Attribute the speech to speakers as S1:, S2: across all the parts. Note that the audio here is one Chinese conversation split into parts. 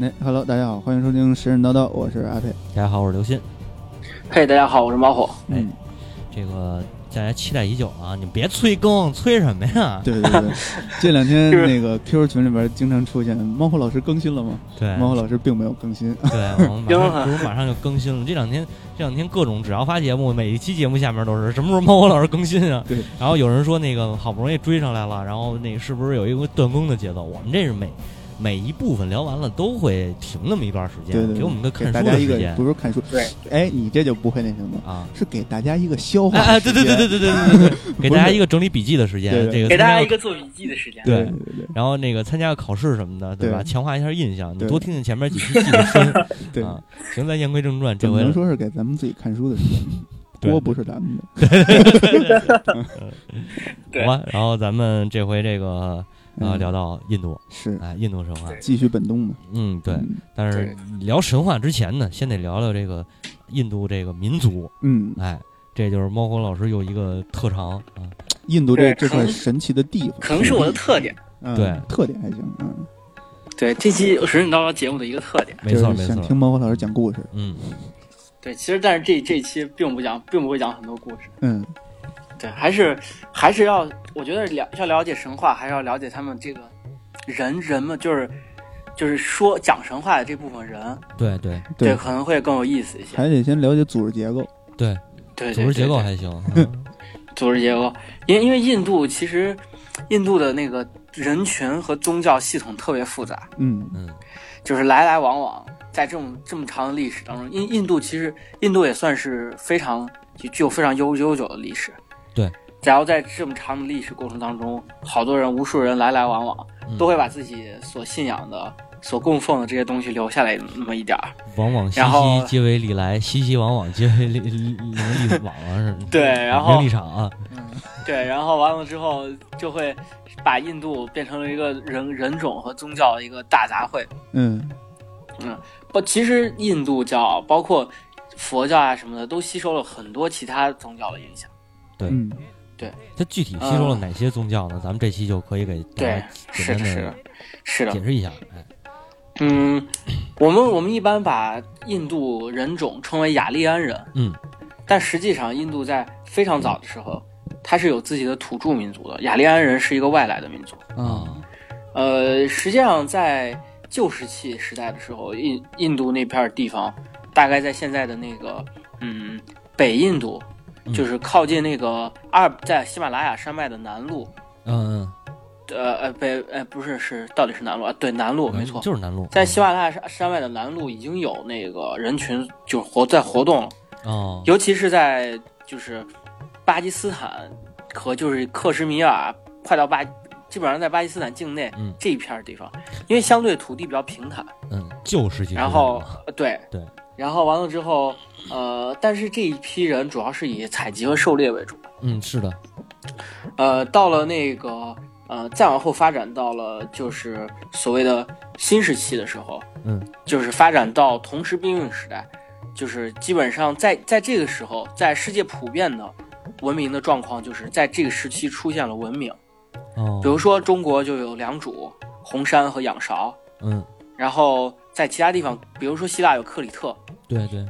S1: 哎，Hello，大家好，欢迎收听《神神叨叨》，我是阿佩。
S2: 大家好，我是刘鑫。
S3: 嘿，大家好，我是猫火。
S2: 哎
S1: 嗯，
S2: 这个大家期待已久啊！你别催更，催什么呀？
S1: 对对 对，这两天那个 QQ 群里边经常出现，猫火老师更新了吗？
S2: 对哎
S1: 猫火老师并没有更新，
S2: 对， 我们马
S3: 更
S2: 上
S3: 啊
S2: 不是马上就更新了。这两天这两天各种只要发节目，每一期节目下面都是什么时候猫火老师更新啊？
S1: 对。
S2: 然后有人说那个好不容易追上来了，然后那个是不是有一个断更的节奏？我们这是每每一部分聊完了都会停那么一段时间，
S1: 对对对，
S2: 给我们个
S1: 给
S2: 看
S1: 大
S2: 书
S1: 家
S2: 的
S1: 一
S2: 时
S1: 个
S2: 间
S1: 不是看书，
S3: 对，
S1: 哎，你这就不会那什么，
S2: 啊。
S1: 是给大家一个消化
S2: 哎
S1: 的
S2: 哎，
S1: 时
S2: 对
S1: 间
S2: 对对对对对对对对，给大家一个整理笔记的时
S1: 对
S2: 间，
S1: 对
S2: 这个
S3: 给大
S2: 参加
S3: 家一个做笔记的时间。
S2: 对
S1: 对对对
S2: 然后那个参加个考试什么的，对吧？
S1: 对
S2: 强化一下印象，你
S1: 对
S2: 多听听前面几期记得深。
S1: 对
S2: 啊，行，咱言归正传，这
S1: 怎么
S2: 回
S1: 能说是给咱们自己看书的时间呢？
S2: 对
S1: 锅不是咱们的，
S3: 对
S2: 好吧？然后咱们这回这个呃
S1: 嗯
S2: 聊到印度，
S1: 是
S2: 哎，印度神话
S3: 对，
S1: 继续本动嘛？
S2: 嗯，对。
S1: 嗯
S2: 但是聊神话之前呢，先得聊聊这个印度这个民族，
S1: 嗯，
S2: 哎，这就是猫火老师有一个特长啊，
S1: 印度这
S3: 对
S1: 这块
S3: 可能
S1: 神奇的地方，
S3: 可能是我的特点。
S1: 嗯
S2: 对
S1: 特点还行，嗯，
S3: 对，这期《神神叨叨》节目的一个特点。
S2: 没错
S1: 就
S2: 没
S1: 是想
S2: 错
S1: 听，猫火老师讲故事，
S2: 嗯，
S3: 对，其实但是这这期并不讲，并不会讲很多故事。
S1: 嗯，
S3: 对，还是还是要，我觉得了要了解神话，还是要了解他们这个人人们就是就是说讲神话的这部分人，
S2: 对对
S3: 对，
S1: 对，
S3: 可能会更有意思一些。
S1: 还得先了解组织结构，
S2: 对，
S3: 对，
S2: 组
S3: 对
S2: 织结构
S3: 对对
S2: 还行，嗯
S3: 组织结构，因为因为印度其实印度的那个人群和宗教系统特别复杂。
S1: 嗯
S2: 嗯
S3: 就是来来往往，在这种这么长的历史当中，印印度其实印度也算是非常具具有非常悠悠久的历史。
S2: 对，
S3: 然后在这么长的历史过程当中，好多人、无数人来来往往，
S2: 嗯
S3: 都会把自己所信仰的、所供奉的这些东西留下来那么一点儿。
S2: 往往熙
S3: 然后
S2: 熙皆为利来，熙熙往往皆为利利利利往啊，是
S3: 对然后
S2: 名利场啊，
S3: 对，然后完了之后，就会把印度变成了一个人人种和宗教的一个大杂烩。
S1: 嗯
S3: 不，其实印度教包括佛教啊什么的，都吸收了很多其他宗教的影响。
S2: 对
S1: 嗯，
S2: 它具体吸收了哪些宗教呢？咱们这期就可以给大
S3: 对
S2: 家，
S3: 是
S2: 简
S3: 的，
S2: 单
S3: 是的
S2: 的，
S3: 是的。
S2: 解释一下。哎，
S3: 嗯，我们我们一般把印度人种称为雅利安人，
S2: 嗯，
S3: 但实际上印度在非常早的时候，它是有自己的土著民族的。雅利安人是一个外来的民族。
S1: 啊，
S3: 呃，实际上在旧石器时代的时候，印印度那片儿地方，大概在现在的那个嗯北印度，就是靠近那个阿尔在喜马拉雅山脉的南麓，
S2: 嗯
S3: 呃呃北呃不是是到底是南麓啊？对，南麓
S2: 嗯，
S3: 没错，
S2: 就是南路，
S3: 在喜马拉雅山山脉的南麓已经有那个人群就是活在活动了，
S2: 嗯哦，
S3: 尤其是在就是巴基斯坦和就是克什米尔快到巴，基本上在巴基斯坦境内
S2: 嗯
S3: 这一片儿地方，因为相对土地比较平坦，
S2: 嗯，旧石器时代
S3: 然后
S2: 嘛
S3: 呃对
S2: 对，
S3: 然后完了之后，呃，但是这一批人主要是以采集和狩猎为主，
S2: 嗯，是的，
S3: 呃，到了那个呃，再往后发展到了就是所谓的新时期的时候，
S2: 嗯，
S3: 就是发展到同时并用时代，就是基本上在在这个时候，在世界普遍的文明的状况，就是在这个时期出现了文明，
S2: 哦，
S3: 比如说中国就有良渚、红山和仰韶，
S2: 嗯，
S3: 然后在其他地方，比如说希腊有克里特，
S2: 对对，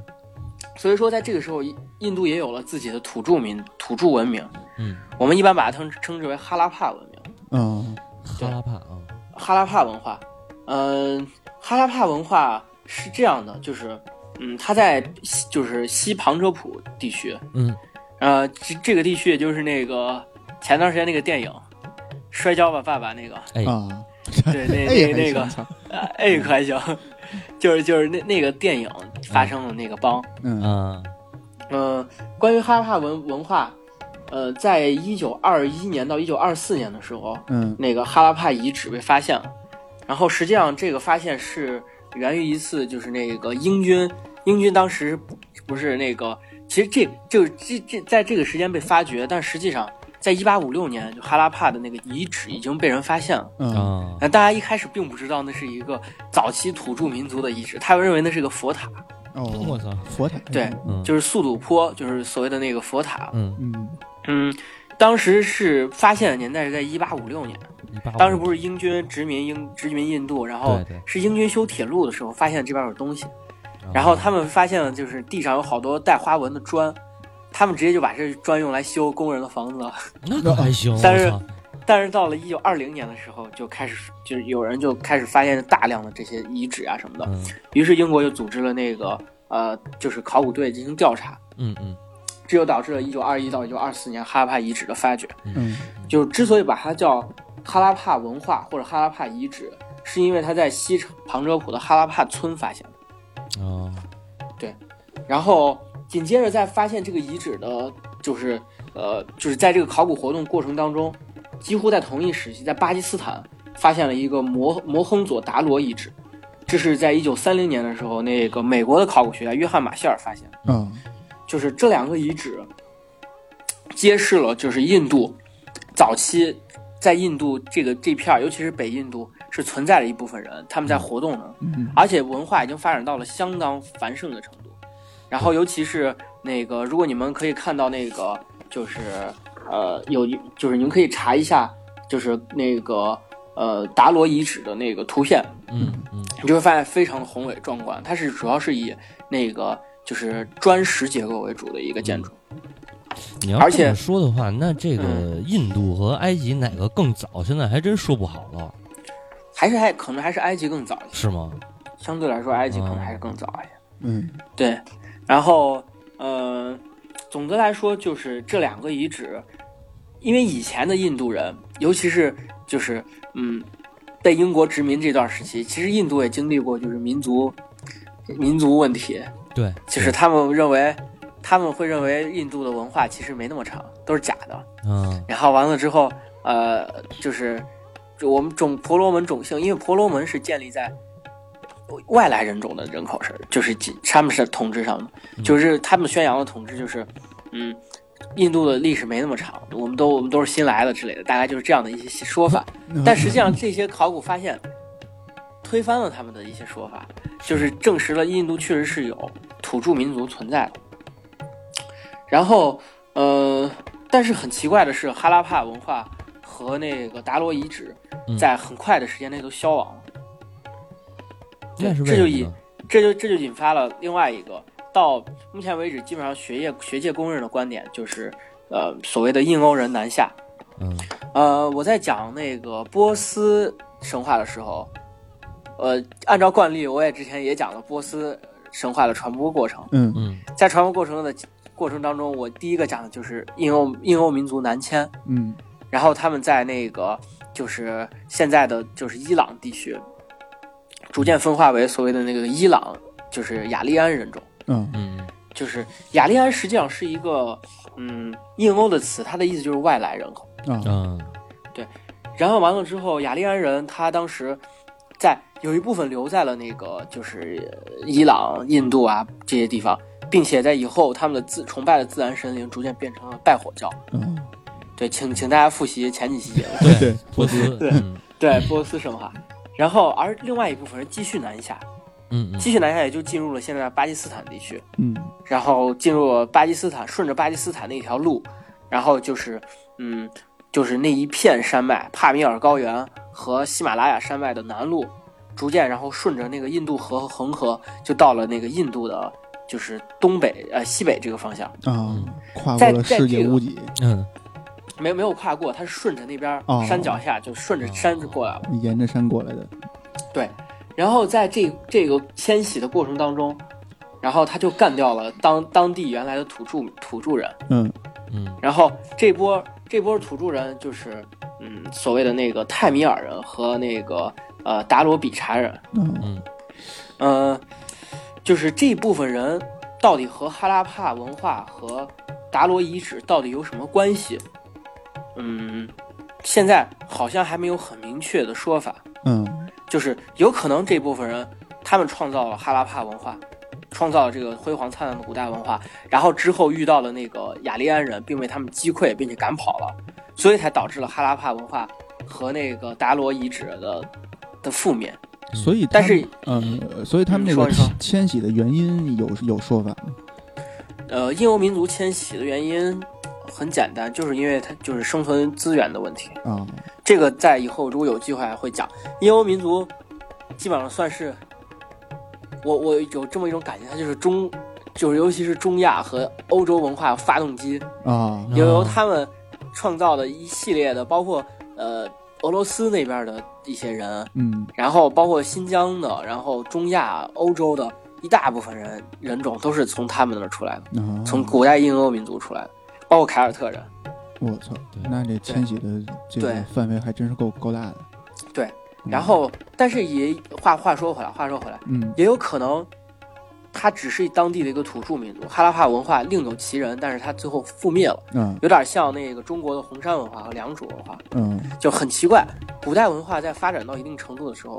S3: 所以说在这个时候，印印度也有了自己的土著民土著文明，
S2: 嗯，
S3: 我们一般把它称称之为哈拉帕文明。
S1: 啊，
S2: 哈拉帕啊，
S3: 哈拉帕文化，嗯、哈拉帕文化是这样的，就是，嗯，它在西就是西旁遮普地区，
S2: 嗯，
S3: 呃，这这个地区也就是那个前段时间那个电影《摔跤吧，爸爸》 那个，
S2: 哎
S1: 啊，
S3: 对，那
S1: 哎
S3: 那那个
S1: 还行，操
S3: 呃哎，可还行， 就是就是那那个电影发生的那个帮，
S1: 嗯
S2: 啊，
S3: 嗯、关于哈拉帕文文化，呃，在一九二一年到一九二四年的时候，
S1: 嗯
S3: 那个哈拉帕遗址被发现了，然后实际上这个发现是源于一次就是那个英军，英军当时不不是那个，其实这就是这这在这个时间被发掘，但实际上在一八五六年就哈拉帕的那个遗址已经被人发现了，
S1: 嗯
S2: 啊，
S3: 但大家一开始并不知道那是一个早期土著民族的遗址，他们认为那是个佛塔，
S2: 我
S1: 哦，
S2: 操，
S1: 佛塔
S3: 对
S2: 嗯，
S3: 就是速度坡，就是所谓的那个佛塔，
S2: 嗯
S1: 嗯
S3: 嗯，当时是发现的年代是在一八五六年。
S2: 1855
S3: 当时不是英军殖民英殖民印度，然后
S2: 对对
S3: 是英军修铁路的时候发现这边有东西，然后他们发现了就是地上有好多带花纹的砖，他们直接就把这砖用来修工人的房子了。
S2: 那可还行，
S3: 但是
S2: 我操
S3: 但是到了一九二零年的时候，就开始就是有人就开始发现大量的这些遗址啊什么的，
S2: 嗯
S3: 于是英国就组织了那个呃就是考古队进行调查，
S2: 嗯嗯
S3: 这就导致了一九二一到一九二四年哈拉帕遗址的发掘。
S1: 嗯
S3: 就之所以把它叫哈拉帕文化或者哈拉帕遗址，是因为它在西旁遮普的哈拉帕村发现的。
S2: 哦
S3: 然后紧接着在发现这个遗址的，就是呃，就是在这个考古活动过程当中，几乎在同一时期，在巴基斯坦发现了一个摩摩亨佐达罗遗址，这是在一九三零年的时候，那个美国的考古学家约翰马歇尔发现的。
S1: 啊，
S3: 就是这两个遗址揭示了，就是印度早期在印度这个这片儿，尤其是北印度是存在着一部分人，他们在活动的。
S1: 嗯
S3: 而且文化已经发展到了相当繁盛的程度。然后，尤其是那个，如果你们可以看到那个，就是呃，有一就是你们可以查一下，就是那个呃达罗遗址的那个图片，
S2: 嗯嗯
S3: 你就会发现非常的宏伟壮观。它是主要是以那个就是砖石结构为主的一个建筑。
S2: 你要
S3: 而
S2: 这么
S3: 且嗯
S2: 说的话，那这个印度和埃及哪个更早？现在还真说不好了，
S3: 还是还可能还是埃及更早一些，
S2: 是吗？
S3: 相对来说埃及可能还是更早一些。
S1: 嗯
S3: 对，然后呃，总的来说就是这两个遗址，因为以前的印度人，尤其是就是嗯，被英国殖民这段时期，其实印度也经历过就是民族民族问题，
S2: 对，
S3: 就是他们认为他们会认为印度的文化其实没那么长，都是假的。
S2: 嗯
S3: 然后完了之后，呃，就是就我们种婆罗门种姓，因为婆罗门是建立在外来人种的人口上，就是几他们是统治上的，就是他们宣扬的统治就是，嗯，印度的历史没那么长，我们都我们都是新来的之类的，大概就是这样的一些说法。但实际上，这些考古发现推翻了他们的一些说法，就是证实了印度确实是有土著民族存在的。然后，呃，但是很奇怪的是，哈拉帕文化和那个达罗遗址
S2: 嗯
S3: 在很快的时间内都消亡了。对
S2: 那是为
S3: 这就
S2: 什
S3: 以
S2: 么呢
S3: 这就这就引发了另外一个，到目前为止，基本上学业学界公认的观点就是，呃，所谓的印欧人南下。
S2: 嗯
S3: 呃，我在讲那个波斯神话的时候，呃，按照惯例，我也之前也讲了波斯神话的传播过程。
S1: 嗯
S2: 嗯
S3: 在传播过程的过程当中，我第一个讲的就是印欧印欧民族南迁，
S1: 嗯
S3: 然后他们在那个就是现在的就是伊朗地区，逐渐分化为所谓的那个伊朗，就是雅利安人种。
S1: 嗯
S2: 嗯
S3: 就是雅利安实际上是一个嗯印欧的词，它的意思就是外来人口。
S1: 啊
S2: 嗯
S3: 然后完了之后，雅利安人他当时在有一部分留在了那个就是呃伊朗、印度啊这些地方，并且在以后他们的自崇拜的自然神灵逐渐变成了拜火教。
S1: 啊，
S3: 对，请请大家复习前几期节目，
S2: 对
S1: 对，
S2: 波斯，
S3: 对
S2: 嗯
S3: 对波斯神话。然后，而另外一部分人继续南下，
S2: 嗯嗯
S3: 继续南下也就进入了现在的巴基斯坦地区。
S1: 嗯
S3: 然后进入了巴基斯坦，顺着巴基斯坦那条路，然后就是，嗯，就是那一片山脉，帕米尔高原和喜马拉雅山脉的南路，逐渐然后顺着那个印度河和恒河，就到了那个印度的，就是东北呃西北这个方向，
S1: 啊，跨过
S3: 在
S1: 了
S3: 在
S1: 世
S3: 这
S1: 界
S3: 个
S1: 屋脊，
S2: 嗯
S3: 没没有跨过，它是顺着那边
S1: 哦
S3: 山脚下，就顺着山就过来了。
S1: 沿着山过来的，
S3: 对，然后在这这个迁徙的过程当中，然后他就干掉了当当地原来的土著土著人。
S1: 嗯
S2: 嗯
S3: 然后这波这波土著人就是，嗯，所谓的那个泰米尔人和那个呃达罗比查人，
S1: 啊
S2: 嗯
S3: 嗯、就是这部分人到底和哈拉帕文化和达罗遗址到底有什么关系？嗯，现在好像还没有很明确的说法，
S1: 嗯
S3: 就是有可能这部分人他们创造了哈拉帕文化。创造了这个辉煌灿烂的古代文化，然后之后遇到了那个雅利安人，并被他们击溃，并且赶跑了，所以才导致了哈拉帕文化和那个达罗遗址的的覆灭。
S1: 所以他
S3: 但
S1: 们
S3: 是
S1: 呃，所以他们这个
S3: 你说你说
S1: 迁徙的原因有有说法吗？
S3: 呃，印欧民族迁徙的原因很简单，就是因为它就是生存资源的问题。
S1: 啊，
S3: 这个在以后如果有机会还会讲。印欧民族基本上算是，我我有这么一种感觉，它就是中，就是尤其是中亚和欧洲文化发动机，
S1: 啊，
S3: 由由他们创造的一系列的，包括呃俄罗斯那边的一些人，
S1: 嗯
S3: 然后包括新疆的，然后中亚、欧洲的一大部分人人种都是从他们那儿出来的，
S1: 啊，
S3: 从古代印欧民族出来的，包括凯尔特人。
S1: 我操
S2: 对，
S1: 那这迁徙的这个
S3: 对
S1: 范围还真是够够大的。
S3: 对
S1: 嗯，
S3: 然后，但是也话话说回来，话说回来，
S1: 嗯
S3: 也有可能，他只是当地的一个土著民族，哈拉帕文化另有其人，但是他最后覆灭了，
S1: 嗯
S3: 有点像那个中国的红山文化和良渚文化，
S1: 嗯
S3: 就很奇怪。古代文化在发展到一定程度的时候，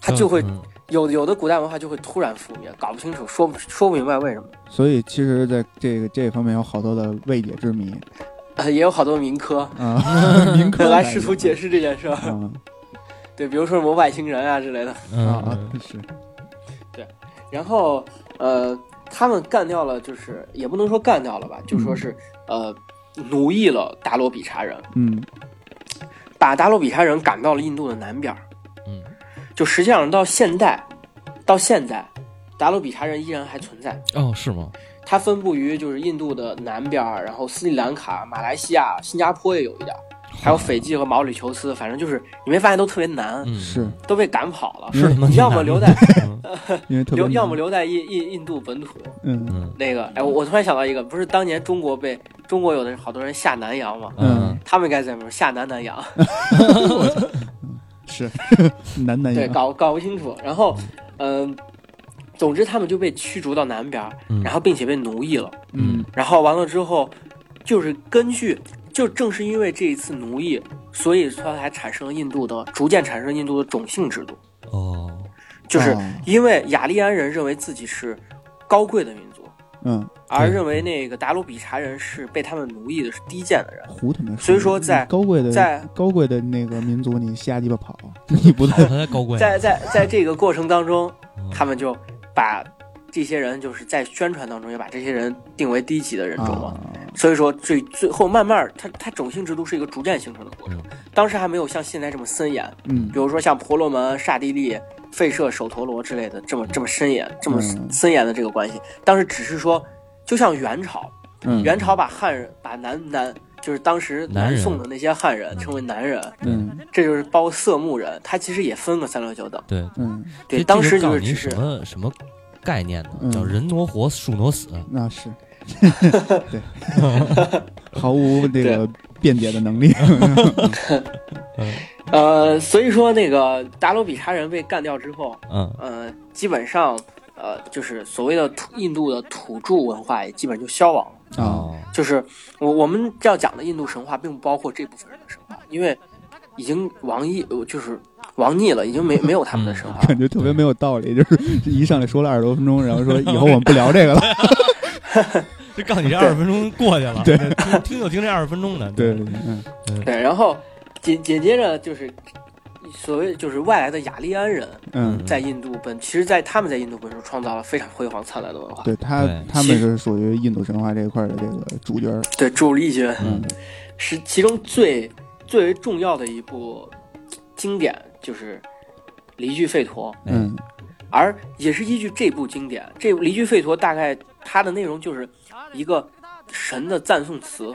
S3: 它就会
S2: 嗯
S3: 有有的古代文化就会突然覆灭，搞不清楚，说不说不明白为什么。
S1: 所以其实在这个这方面有好多的未解之谜
S3: 呃，也有好多民科
S1: 啊，民科
S3: 来试图解释这件事儿，
S1: 啊
S3: 对，比如说某外星人啊之类的。
S2: 嗯
S1: 啊是
S3: 然后呃，他们干掉了，就是也不能说干掉了吧，就说是呃，奴役了达罗比查人，
S1: 嗯
S3: 把达罗比查人赶到了印度的南边儿。
S2: 嗯，
S3: 就实际上到现代，到现在，达罗比查人依然还存在，
S2: 哦是吗？
S3: 它分布于就是印度的南边儿，然后斯里兰卡、马来西亚、新加坡也有一点儿。还有斐济和毛里求斯，反正就是你没发现都特别难，
S2: 嗯
S1: 是
S3: 都被赶跑了，
S2: 是他妈挺
S3: 要么
S2: 难的
S3: 留在
S2: 嗯
S1: 因为嗯特别
S3: 留，
S1: 难
S3: 要么留在印印印度本土，
S1: 嗯
S2: 嗯
S3: 那个，哎，我我突然想到一个，不是当年中国被中国有的好多人下南洋嘛，
S2: 嗯
S3: 他们该怎么说下南南洋？
S1: 是难
S2: 嗯
S1: 难啊
S3: 对，
S1: 呀
S3: 搞搞不清楚。然后，嗯、总之他们就被驱逐到南边儿，
S2: 嗯
S3: 然后并且被奴役了。
S1: 嗯
S3: 然后完了之后，就是根据，就正是因为这一次奴役，所以说才产生了印度的逐渐产生了印度的种姓制度，
S2: 哦
S3: 就是
S1: 哦
S3: 因为雅利安人认为自己是高贵的民族，
S1: 嗯
S3: 而
S2: 对
S3: 认为那个达鲁比查人是被他们奴役的是低贱的人。
S1: 胡他妈说，
S3: 所以说在
S1: 你高贵的
S3: 在
S1: 高贵的那个民族，你瞎鸡巴 跑，你不啊
S2: 跑
S1: 在
S2: 他才高贵呢，
S3: 在在在这个过程当中，
S2: 嗯
S3: 他们就把这些人就是在宣传当中也把这些人定为低级的人种嘛。
S1: 啊
S3: 所以说最最后慢慢儿，它它种姓制度是一个逐渐形成的过程，当时还没有像现在这么森严，
S1: 嗯
S3: 比如说像婆罗门、刹帝利、吠舍、首陀罗之类的这么这么森严、这么
S1: 嗯
S3: 森严的这个关系。当时只是说，就像元朝，
S1: 嗯
S3: 元朝把汉人、把南南就是当时
S2: 男
S3: 南
S2: 人
S3: 宋的那些汉人称为南人，
S1: 嗯
S3: 这就是包括色目人，他其实也分个三六九等。
S2: 对
S1: 嗯，
S3: 对，
S2: 这
S3: 当时
S2: 这
S3: 就
S2: 告诉
S3: 是
S2: 您
S3: 只
S2: 什
S3: 是
S2: 么什么概念呢？
S1: 嗯
S2: 叫人挪活，树挪死。
S1: 那 是对， 毫无这个辩解的能力。
S3: 呃，所以说那个达罗比查人被干掉之后，
S2: 嗯
S3: 呃，基本上呃就是所谓的土印度的土著文化也基本就消亡了。
S1: 啊，
S2: 哦
S3: 就是我我们要讲的印度神话，并不包括这部分人的神话，因为已经亡佚，呃就是亡佚了，已经没没有他们的神话 了。
S1: 感觉特别没有道理，就是一上来说了二十多分钟，然后说以后我们不聊这 个了。
S2: 就告诉你这二十分钟过去了，
S1: 对
S2: 听听就听这二十分钟的，
S1: 对，对对，嗯
S3: 对，然后紧紧接着就是所谓就是外来的雅利安人
S1: 嗯，
S3: 在印度本，其实，在他们在印度本身创造了非常辉煌灿烂的文化。
S1: 对他
S2: 对
S1: 他们是属于印度神话这一块的这个主角儿。
S3: 对，主力军。
S1: 嗯
S3: 是其中最最为重要的一部经典，就是《离居吠陀》，
S2: 哎
S1: 嗯
S3: 而也是依据这部经典，这《离居吠陀》大概它的内容就是一个神的赞颂词，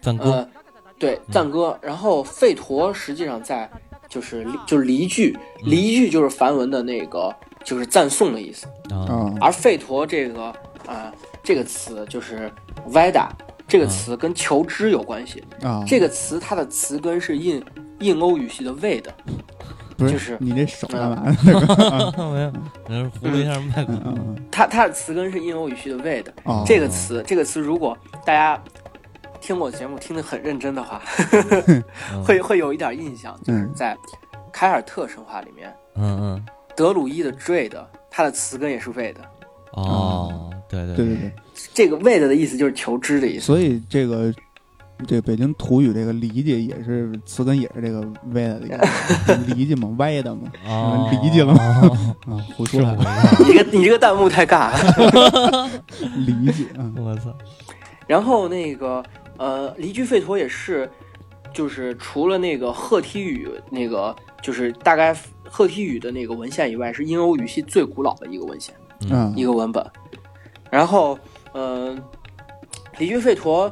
S2: 赞歌，
S3: 呃，对，赞歌。然后吠陀实际上在就是离就是离句，离句就是梵文的那个就是赞颂的意思，
S2: 啊，
S1: 啊
S3: 而吠陀这个啊、这个词就是 Veda 这个词跟求知有关系。
S1: 啊，
S3: 这个词它的词根是印印欧语系的魏的，
S1: 不
S3: 就是
S1: 你这手干嘛呢？
S2: 没有，那是糊了一下麦克
S1: 嗯嗯
S3: 它它的词根是印欧语系的魏的。
S1: 哦
S3: 这个词这个词，如果大家听我节目听得很认真的话，
S2: 嗯
S3: 会会有一点印象，就 是
S1: 嗯
S3: 在凯尔特神话里面，
S2: 嗯嗯，
S3: 德鲁伊的 Dread，它的词根也是魏的。
S2: 哦，对
S1: 嗯
S2: 对
S1: 对对对，
S3: 这个 Ved 的意思就是求知的意思，
S1: 所以这个。这北京土语这个理解也是词根也是这个歪的理 解，理解嘛，歪的嘛，
S2: 对，哦，
S1: 理解了
S2: 吗？
S1: 啊，胡
S2: 是
S1: 说
S2: 吗
S1: 了，？
S3: 你这个你这个弹幕太尬了。
S1: 理解啊，
S2: 我操，
S3: 然后那个呃，离居吠陀也是，就是除了那个赫梯语那个，就是大概赫梯语的那个文献以外，是印欧语系最古老的一个文献，
S1: 嗯
S3: 一个文本。然后，呃，离居吠陀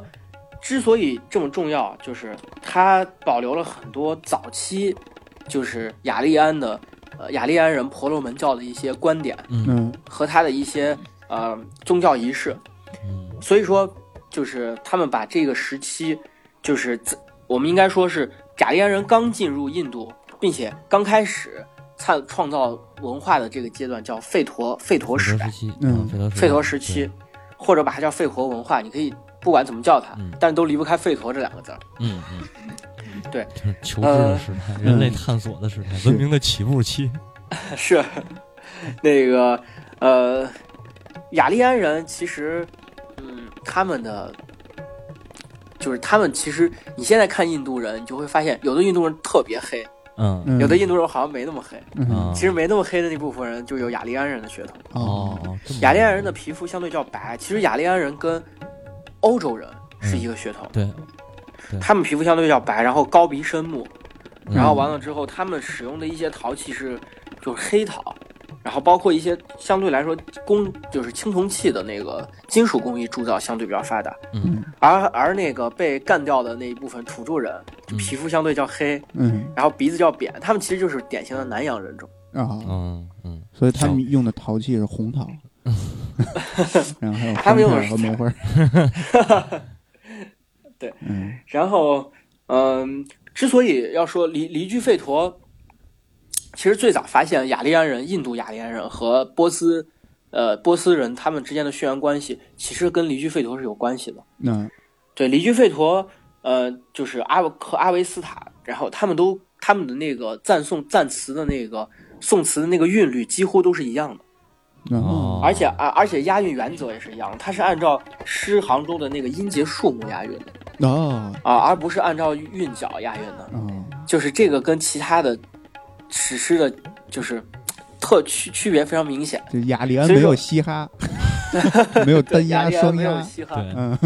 S3: 之所以这么重要，就是它保留了很多早期就是雅利安的呃雅利安人婆罗门教的一些观点
S2: 嗯
S1: 嗯
S3: 和他的一些呃宗教仪式。
S2: 嗯
S3: 所以说，就是他们把这个时期，就是自我们应该说是雅利安人刚进入印度，并且刚开始创创造文化的这个阶段，叫吠陀吠陀时代
S2: 时、期，
S1: 嗯
S2: 费陀时
S3: 吠陀时期，，或者把它叫吠陀文化，你可以不管怎么叫它
S2: 嗯，
S3: 但是都离不开吠陀这两个字儿。
S2: 对嗯嗯，
S3: 对，
S2: 就是求知的时代，人类探索的时代，
S1: 是
S2: 文明的起步期，
S3: 是，那个呃，雅利安人其实，嗯，他们的就是他们其实，你现在看印度人，你就会发现有的印度人特别黑，
S2: 嗯
S1: 嗯，
S3: 有的印度人好像没那么黑。
S1: 嗯
S2: 啊
S3: 其实没那么黑的那部分人就有雅利安人的血统。
S1: 哦，
S2: 哦，这么
S3: 雅利安人的皮肤相对较白，其实雅利安人跟欧洲人是一个血统，
S2: 对，
S3: 他们皮肤相对较白，然后高鼻深目，
S2: 嗯
S3: 然后完了之后，他们使用的一些陶器是就是黑陶，然后包括一些相对来说工就是青铜器的那个金属工艺铸造相对比较发达，
S2: 嗯
S3: 而而那个被干掉的那一部分土著人，就
S2: 嗯
S3: 皮肤相对较黑，
S1: 嗯
S3: 然后鼻子较扁，他们其实就是典型的南洋人种。
S1: 啊，
S2: 嗯嗯，
S1: 所以他们用的陶器是红 陶，然后还有
S3: 他们用的
S1: 红
S3: 是
S1: 陶和梅花儿，
S3: 对，
S1: 嗯
S3: 然后，嗯，之所以要说离离居吠陀，其实最早发现雅利安人、印度雅利安人和波斯，呃，波斯人他们之间的血缘关系，其实跟离居吠陀是有关系的。
S1: 那
S3: 对，离居吠陀，呃，就是阿维和阿维斯塔，然后他们都他们的那个赞颂赞词的那个宋词的那个韵律几乎都是一样的，
S1: 然后
S2: 哦
S3: 而且啊，而且押韵原则也是一样的，它是按照诗行中的那个音节数目押韵的
S1: 哦
S3: 啊，而不是按照韵脚押韵的。
S1: 哦
S3: 就是这个跟其他的史诗的，就是嘖特区区别非常明显。
S1: 这雅利安
S3: 所以
S1: 没
S3: 说
S1: 有嘻 哈，没有单
S3: 雅
S1: 压
S3: 利安
S1: 双
S3: 没有
S1: 压，
S3: 嘻哈，
S2: 对，
S1: 嗯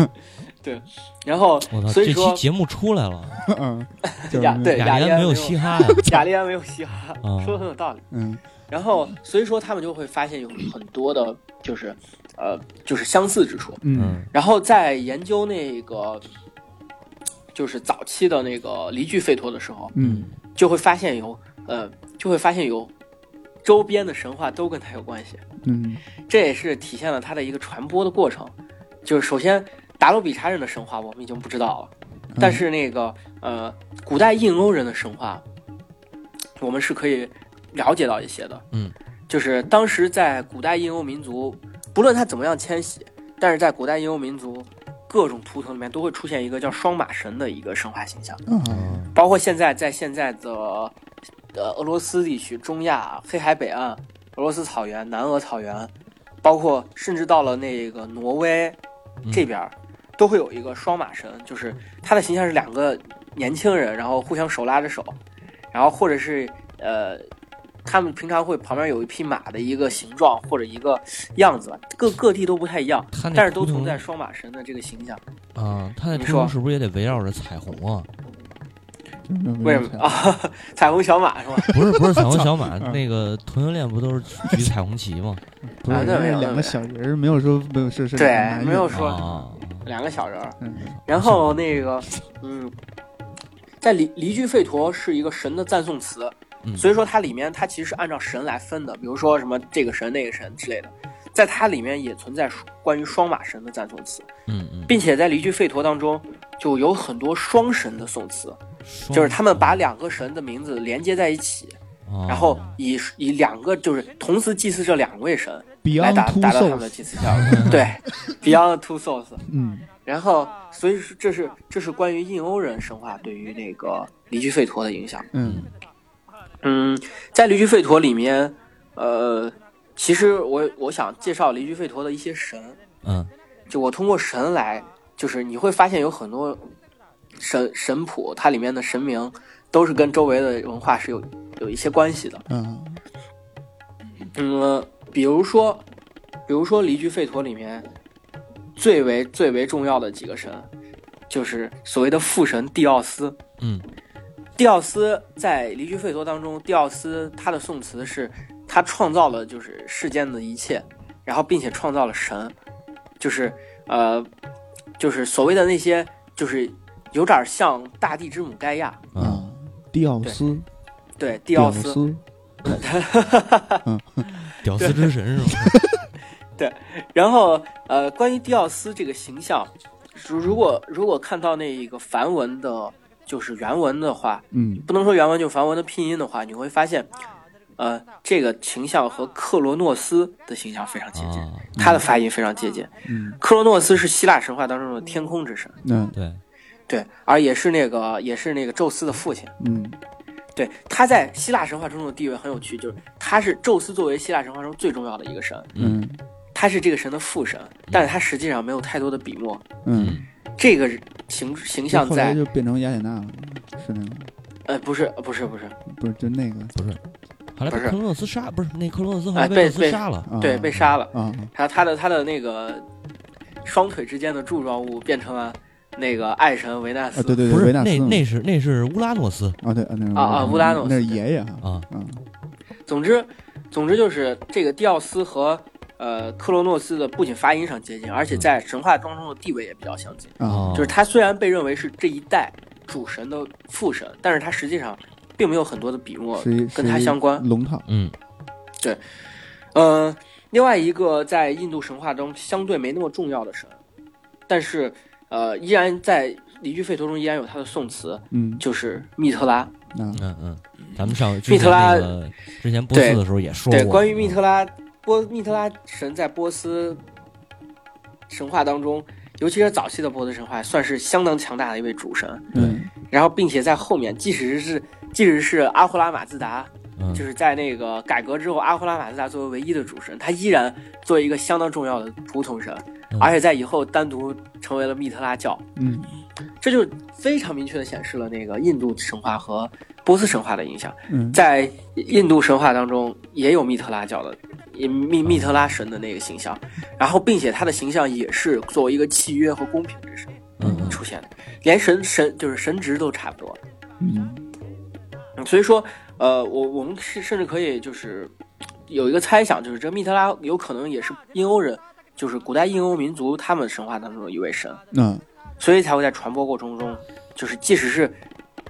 S3: 然后
S2: 我操，
S3: 所
S2: 这
S3: 以
S2: 期
S3: 说
S2: 节目出来了，
S1: 嗯，就是
S3: 雅对
S2: 雅利
S3: 雅利
S2: 没
S3: 安
S2: 有
S3: 没有
S2: 嘻哈呀，
S3: 雅利安没有嘻哈，
S2: 啊
S3: 说的很有道理。
S1: 嗯
S3: 然后所以说他们就会发现有很多的，就是呃，就是相似之处。
S1: 嗯
S2: 嗯
S3: 然后在研究那个就是早期的那个离句吠陀的时候，
S1: 嗯
S3: 就会发现有呃，就会发现有周边的神话都跟它有关系。
S1: 嗯
S3: 这也是体现了它的一个传播的过程。就是首先，达鲁比查人的神话我们已经不知道了，但是那个呃，古代印欧人的神话，我们是可以了解到一些的。
S2: 嗯，
S3: 就是当时在古代印欧民族，不论他怎么样迁徙，但是在古代印欧民族各种图腾里面都会出现一个叫双马神的一个神话形象。
S1: 啊
S2: 嗯
S3: 包括现在在现在的呃俄罗斯地区、中亚、黑海北岸、俄罗斯草原、南俄草原，包括甚至到了那个挪威
S2: 嗯
S3: 这边儿，都会有一个双马神，就是他的形象是两个年轻人，然后互相手拉着手，然后或者是呃。他们平常会旁边有一匹马的一个形状或者一个样子吧，各各地都不太一样
S2: 他那，
S3: 但是都
S2: 图腾
S3: 存在双马神的这个形象。
S2: 啊，他那
S3: 你
S2: 图
S3: 说
S2: 腾是不是也得围绕着彩虹啊？
S1: 嗯
S3: 为什么？ 啊？彩虹小马是吗？
S2: 不是不是彩虹小马，
S1: 嗯
S2: 那个同性恋不都是举彩虹旗吗？
S1: 不是
S3: 啊那没有
S1: 两个小人儿，没有说没有是是
S3: 对
S1: 男女
S3: 没有
S1: 的
S3: 说
S2: 啊，
S3: 两个小人儿，
S1: 嗯
S3: 然后那个，嗯，在离离句吠陀是一个神的赞颂词，
S2: 嗯
S3: 所以说它里面它其实是按照神来分的，比如说什么这个神那个神之类的，在它里面也存在关于双马神的赞颂词，
S2: 嗯嗯，
S3: 并且在离句吠陀当中就有很多双神的颂词，
S1: 哦
S2: 双
S3: 就是他们把两个神的名字连接在一起，
S1: 哦
S2: 啊
S3: 然后以以两个就是同时祭祀这两位神来达
S1: ，Beyond Two
S3: 达到他们
S1: Souls，
S3: 的祭祀效果。对，Beyond Two Souls。
S1: 嗯
S3: 然后，所以说这是这是关于印欧人神话对于那个离居吠陀的影响。
S1: 嗯
S3: 嗯，在离居吠陀里面，呃，其实我我想介绍离居吠陀的一些神，
S2: 嗯
S3: 就我通过神来，就是你会发现有很多神神谱，它里面的神明都是跟周围的文化是有有一些关系的。
S1: 嗯
S3: 嗯，比如说，比如说离居吠陀里面最为最为重要的几个神，就是所谓的父神蒂奥斯。
S2: 嗯
S3: 蒂奥斯在《离居费陀》当中，蒂奥斯他的宋词是他创造了就是世间的一切，然后并且创造了神，就是呃，就是所谓的那些，就是有点像大地之母盖亚，
S2: 啊，
S1: 啊，蒂奥斯，
S3: 嗯对，
S1: 蒂
S3: 蒂奥斯，
S1: 斯，
S2: 屌丝之神 是吗？
S3: 然后呃，关于蒂奥斯这个形象，如如果如果看到那个梵文的，就是原文的话，
S1: 嗯，
S3: 不能说原文，就梵文的拼音的话，你会发现，呃，这个形象和克罗诺斯的形象非常接近，
S2: 啊，
S3: 他的发音非常接近。
S1: 嗯，
S3: 克罗诺斯是希腊神话当中的天空之神，
S1: 那
S2: 对，
S3: 对，而也是那个也是那个宙斯的父亲。
S1: 嗯
S3: 对，他在希腊神话中的地位很有趣，就是他是宙斯作为希腊神话中最重要的一个神，
S1: 嗯
S3: 他是这个神的父神，但是他实际上没有太多的笔墨。
S1: 嗯，
S3: 这个形形象
S1: 后来
S3: 在
S1: 就变成雅典娜了，是那个，
S3: 呃不是不是不是，
S1: 不是就那个
S2: 后来
S3: 不
S2: 被
S3: 是
S2: 克罗诺斯杀，不是那克罗诺斯后来
S3: 哎
S2: 被宙
S3: 被
S2: 斯杀了，
S1: 啊，
S3: 对，被杀了。
S1: 啊，
S3: 然后他的他的那个双腿之间的柱状物变成了那个爱神维纳
S1: 啊
S3: 斯。
S1: 对对
S2: 不
S1: 对，维
S2: 是
S1: 纳斯
S2: 那
S1: 嘛
S2: 那是那是乌拉诺斯
S1: 啊对啊那是
S3: 啊啊乌拉诺斯
S1: 那是爷爷啊
S2: 啊，
S1: 啊，
S3: 总之，总之就是这个蒂奥斯和呃克罗诺斯的不仅发音上
S1: 嗯
S3: 接近，而且在神话当中的地位也比较相近。
S1: 啊
S2: 哦
S3: 就是他虽然被认为是这一代主神的父神，但是他实际上并没有很多的笔墨
S1: 是一
S3: 跟他相关。
S1: 龙套，
S2: 嗯
S3: 嗯，另外一个在印度神话中相对没那么重要的神，但是呃依然在离居费陀中依然有他的宋词，
S1: 嗯
S3: 就是密特拉。
S1: 啊
S2: 嗯嗯，咱们上之
S3: 密
S2: 前
S3: 特拉
S2: 那个之前波斯的时候也说过，
S3: 对，关于密
S2: 嗯
S3: 特拉波密特拉神在波斯神话当中，尤其是早期的波斯神话，算是相当强大的一位主神。
S1: 对
S3: 然后，并且在后面，即使是即使是阿胡拉马自达，
S2: 嗯
S3: 就是在那个改革之后，阿胡拉马自达作为唯一的主神，他依然作为一个相当重要的仆从神，
S2: 嗯
S3: 而且在以后单独成为了密特拉教，
S1: 嗯
S3: 这就非常明确的显示了那个印度神话和波斯神话的影响。
S1: 嗯
S3: 在印度神话当中也有密特拉教的，也
S2: 嗯
S3: 密密特拉神的那个形象，然后并且他的形象也是作为一个契约和公平之神
S2: 嗯嗯
S3: 出现的，连神神就是神职都差不多。
S1: 嗯
S3: 嗯所以说，呃，我我们是甚至可以就是有一个猜想，就是这密特拉有可能也是印欧人，就是古代印欧民族他们神话当中的一位神，
S1: 那
S3: 所以才会在传播过程中，就是即使是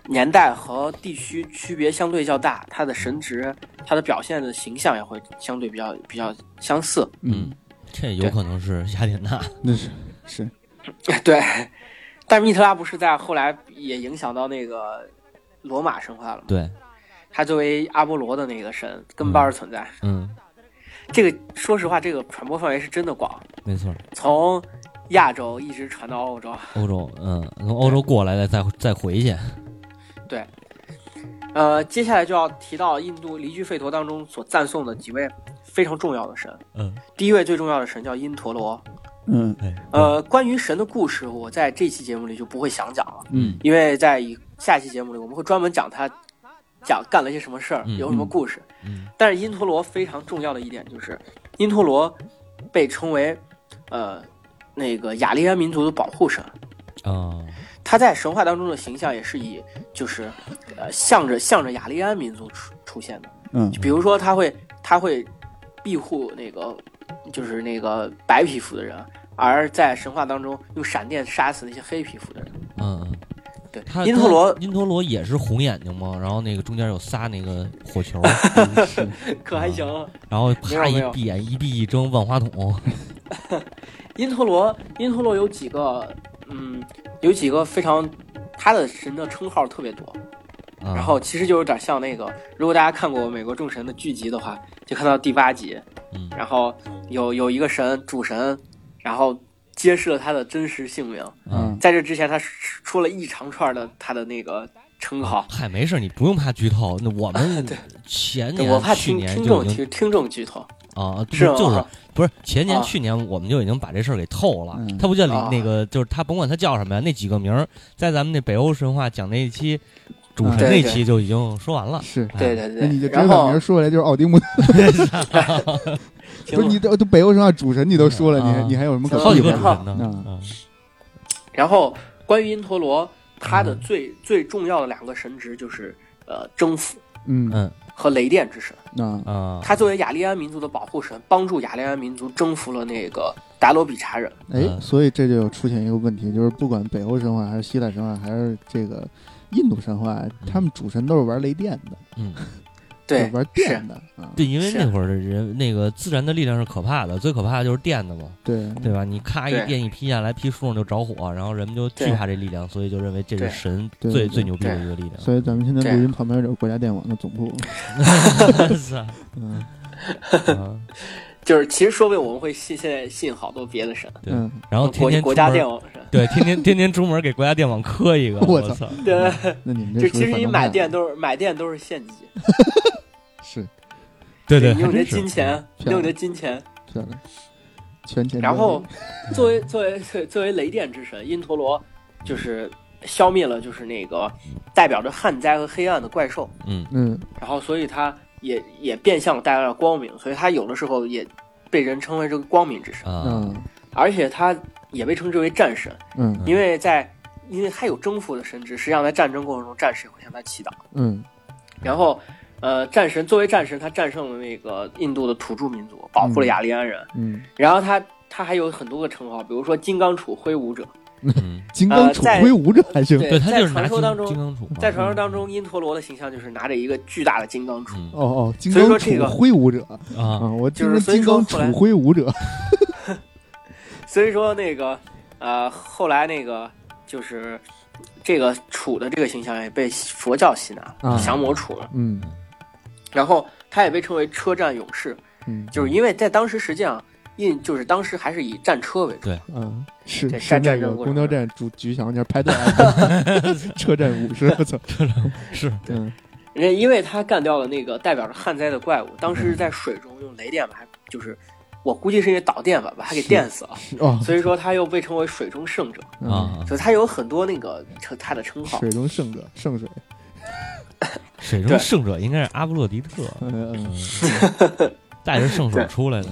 S3: 年代和地区区别相对较大，它的神职、它的表现的形象也会相对比较比较相似。
S1: 嗯
S2: 嗯，这有可能是雅典娜，
S1: 那是是
S3: 对，但密特拉不是在后来也影响到那个罗马神话了吗？
S2: 对，
S3: 他作为阿波罗的那个神跟班儿存在，
S2: 嗯，
S3: 这个说实话，这个传播范围是真的广，
S2: 没错，
S3: 从亚洲一直传到欧洲。
S2: 欧洲，嗯，从欧洲过来的再再回去，
S3: 呃，接下来就要提到印度离居吠陀当中所赞颂的几位非常重要的神。
S2: 嗯，
S3: 第一位最重要的神叫因陀罗。
S1: 嗯
S2: 哎，
S3: 呃，关于神的故事，我在这期节目里就不会详讲了，
S1: 嗯
S3: 因为在以下期节目里我们会专门讲他讲干了些什么事儿，
S2: 嗯
S3: 有什么故事。
S2: 嗯
S3: 但是因陀罗非常重要的一点就是，因陀罗被称为呃那个雅利安民族的保护神。
S2: 啊，
S3: 他在神话当中的形象也是以就是呃向着向着雅利安民族出出现的，
S1: 嗯
S3: 就比如说他会他会庇护那个就是那个白皮肤的人，而在神话当中用闪电杀死那些黑皮肤的人。
S2: 嗯嗯，
S3: 对
S2: 他，
S3: 因陀罗
S2: 他因陀罗也是红眼睛嘛，然后那个中间有仨那个火 球，
S1: 嗯
S3: 可还行，
S2: 然后
S3: 没有
S2: 啪
S3: 没
S2: 一
S3: 有
S2: 闭眼一闭一睁万花筒，
S3: 因陀罗因陀罗有几个嗯有几个非常他的神的称号特别多，
S2: 啊
S3: 然后其实就有点像那个，如果大家看过《美国众神》的剧集的话，就看到第八集，
S2: 嗯
S3: 然后有有一个神主神，然后揭示了他的真实姓名，
S2: 啊
S1: 嗯
S3: 在这之前他出了一长串的他的那个称号，
S2: 嗨，没事，你不用怕剧透。那我 们前年、
S3: 我怕
S2: 去
S3: 听
S2: 年
S3: 听
S2: 就
S3: 众
S2: 已经
S3: 听听众剧透，
S2: 啊，不
S3: 是吗
S2: 就是不是前年、
S3: 啊
S2: 去年我们就已经把这事儿给透了。
S1: 嗯
S2: 他不叫李
S3: 啊
S2: 那个，就是他甭管他叫什么呀，那几个名儿在咱们那北欧神话讲那一期主神
S3: 嗯对
S2: 那
S3: 对
S2: 期就已经说完了。
S1: 是。
S2: 哎
S3: 对对
S1: 那你就
S3: 对，
S1: 直接
S3: 然
S1: 把
S3: 后
S1: 名儿说出来，就是奥丁姆，
S3: 听
S1: 不是你都都北欧神话主神你都说了，你
S2: 啊
S1: 还你还有什么可
S3: 对嗯
S2: 好几
S1: 避讳的
S2: 个主
S3: 然后
S2: 神呢。嗯
S3: 然后关于因陀罗，他
S2: 嗯
S3: 的最、最重要的两个神职就是呃征服
S1: 嗯
S2: 嗯
S3: 和雷电之神。
S1: 啊
S2: 啊，
S3: 他作为雅利安民族的保护神，帮助雅利安民族征服了那个达罗比查人。
S1: 哎，
S2: 嗯
S1: 所以这就有出现一个问题，就是不管北欧神话还是希腊神话还是这个印度神话，他们主神都是玩雷电的，
S2: 嗯，
S3: 对
S1: 就，玩电的啊，
S2: 对，因为
S3: 是
S2: 那会儿的人那个自然的力量是可怕的，最可怕的就是电的嘛，
S1: 对
S2: 对吧？你咔一
S3: 嗯对
S2: 电一劈下来，劈树上就着火，然后人们就惧
S3: 对
S2: 怕这力量，所以就认为这是
S3: 对
S2: 神
S1: 对
S2: 最
S1: 对
S2: 最牛逼的
S3: 对
S2: 一个力量。
S1: 所以咱们现在录
S3: 这
S1: 音旁边就是国家电网的总部， 嗯
S2: 啊
S3: 就是其实说不定我们会信现在信好多别的神，
S2: 对
S1: 嗯，
S2: 然后天
S3: 国
S2: 天
S3: 国
S2: 出
S3: 家
S2: 门
S3: 电网神。
S2: 对，天天天天出门给国家电网磕一个，
S1: 我
S2: 我操！
S3: 对，
S1: 那你们
S3: 就
S1: 这属
S3: 其
S1: 于
S3: 实
S1: 反
S3: 你
S1: 动
S3: 买
S1: 派
S3: 电都是买电都是献祭，
S1: 是
S2: 对对，
S3: 你用你
S2: 还
S3: 的
S2: 真是啊嗯
S3: 金钱，
S1: 是
S3: 你用你的金钱。
S1: 漂亮，全钱
S3: 然后
S2: 嗯
S3: 作为作为 作为作为雷电之神，因陀罗就是消灭了就是那个代表着旱灾和黑暗的怪兽，
S2: 嗯
S1: 嗯
S3: 然后所以他也也变相带来了光明，所以他有的时候也被人称为这个光明之神，
S2: 啊，
S1: 嗯
S3: 而且他也被称之为战神，
S1: 嗯
S3: 因为在因为他有征服的神职，实际上在战争过程中战士也会向他祈祷。
S1: 嗯
S3: 然后，呃，战神作为战神，他战胜了那个印度的土著民族，保护了雅利安人。
S1: 嗯，
S3: 然后他他还有很多个称号，比如说金刚杵挥舞者。
S2: 嗯，
S1: 金刚杵挥舞者还行，
S2: 对他
S3: 在
S2: 就是拿
S3: 传说
S2: 金
S3: 当中
S2: 金刚杵
S1: 嗯
S2: 啊嘛，
S3: 在传说当中，因陀罗的形象就是拿着一个巨大的金刚杵。
S2: 嗯
S1: 哦哦，金
S3: 所
S1: 刚
S3: 以说这
S1: 杵
S3: 个
S1: 挥舞者
S2: 啊
S1: 啊，我听
S3: 就是
S1: 着
S3: 所以
S1: 金
S3: 说
S1: 刚
S3: 后来
S1: 杵挥舞者，
S3: 所以说那个，呃，后来那个就是这个杵的这个形象也被佛教吸纳
S1: 啊
S3: 了，降魔杵了。
S1: 嗯
S3: 然后他也被称为车站勇士，
S1: 嗯
S3: 就是因为在当时实际上印就是当时还是以战车为主。
S1: 啊，是
S3: 对
S1: 是
S3: 站
S1: 那
S3: 站
S1: 个
S3: 着过
S1: 公交
S3: 程
S1: 站主举响那 拍照啊，车站舞狮，我操，
S2: 是
S1: 嗯
S3: 人家因为他干掉了那个代表着旱灾的怪物，当时在水中用雷电把他，就是我估计是因为导电吧，把他给电死了。
S1: 是哦
S3: 所以说他又被称为水中圣者，
S1: 嗯
S2: 啊，
S3: 所以他有很多那个称他的称号。
S1: 水中圣者圣水，
S2: 水中
S3: 对
S2: 圣者应该是阿布洛狄特，
S1: 嗯嗯
S2: 嗯带着圣手
S3: 对
S2: 出来的，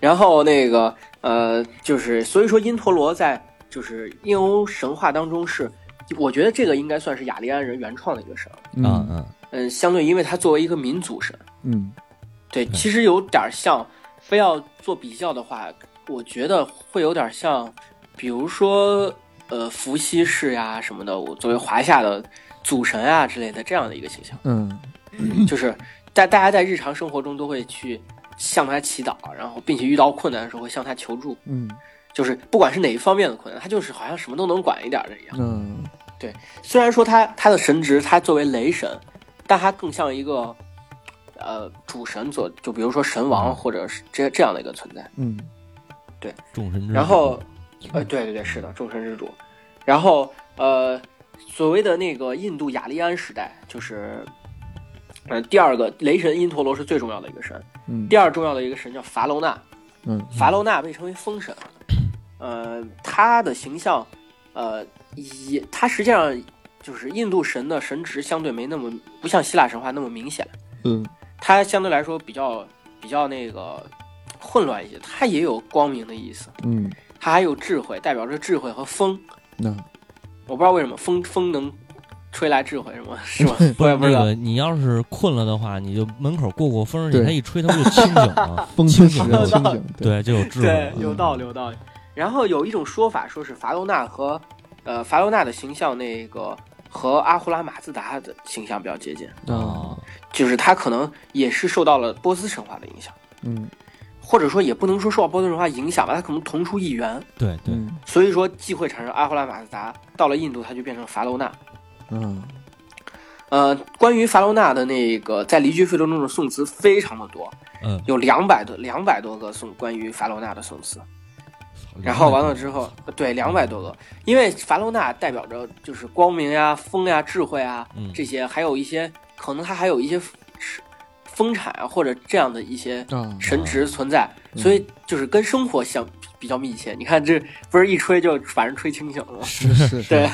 S3: 然后那个呃，就是所以说因陀罗在就是印欧神话当中是，我觉得这个应该算是雅利安人原创的一个神。
S2: 啊
S1: 嗯
S2: 嗯
S3: 嗯，相对因为他作为一个民族神，
S1: 嗯
S3: 对，其实有点像，非要做比较的话，我觉得会有点像，比如说呃伏羲氏呀什么的，我作为华夏的祖神啊之类的这样的一个形象，
S1: 嗯
S3: 就是在大家在日常生活中都会去向他祈祷，然后并且遇到困难的时候会向他求助，
S1: 嗯
S3: 就是不管是哪一方面的困难，他就是好像什么都能管一点的一样。
S1: 嗯
S3: 虽然说他他的神职他作为雷神，但他更像一个。呃，主神所就比如说神王或者是这这样的一个存在，
S1: 嗯
S2: 众神之
S3: 然
S2: 首
S3: 后，呃，对对对，是的，众神之主。然后，呃，所谓的那个印度雅利安时代，就是，呃，第二个雷神因陀罗是最重要的一个神，
S1: 嗯
S3: 第二重要的一个神叫法楼那，
S1: 嗯
S3: 法楼那被称为风神，呃，他的形象，呃，也他实际上就是印度神的神职相对没那么不像希腊神话那么明显，
S1: 嗯
S3: 他相对来说比较比较那个混乱一些，他也有光明的意思。
S1: 嗯，
S3: 它还有智慧，代表着智慧和风。
S1: 那
S3: 我不知道为什么风风能吹来智慧，什么是吗？
S2: 不
S3: 我也
S2: 是
S3: 不知
S2: 那
S3: 道。
S2: 个，你要是困了的话，你就门口过过风去，
S1: 对
S2: 他一吹，他不就清醒 了？
S1: 风清
S2: 清
S1: 时
S2: 醒
S1: 要
S2: 了，
S1: 清醒，
S2: 对，就有智慧
S3: 对，
S2: 了。啊
S3: 有道理，有道理。然后有一种说法，说是法罗纳和呃法罗纳的形象，那个和阿胡拉马自达的形象比较接近，
S1: 啊
S2: 啊，
S3: 就是他可能也是受到了波斯神话的影响，
S1: 嗯
S3: 或者说也不能说受到波斯神话影响吧，他可能同出一源，
S2: 对对，
S1: 嗯
S3: 所以说既会产生阿胡拉马自达。到了印度，他就变成法罗纳。
S1: 嗯
S3: 呃，关于法罗纳的那个在《离居费中中的宋词非常的多，
S2: 嗯，
S3: 有两百多两百多个宋关于法罗纳的宋词，
S1: 嗯
S3: 然后完了之后，呃对两百多个，因为法罗纳代表着就是光明呀、风呀、智慧啊
S2: 嗯
S3: 这些，还有一些可能它还有一些是风产啊或者这样的一些
S1: 啊
S3: 神职存在，
S1: 嗯
S3: 所以就是跟生活相比较密切。你看这不是一吹就把人吹清醒了吗？
S1: 是是
S3: 对，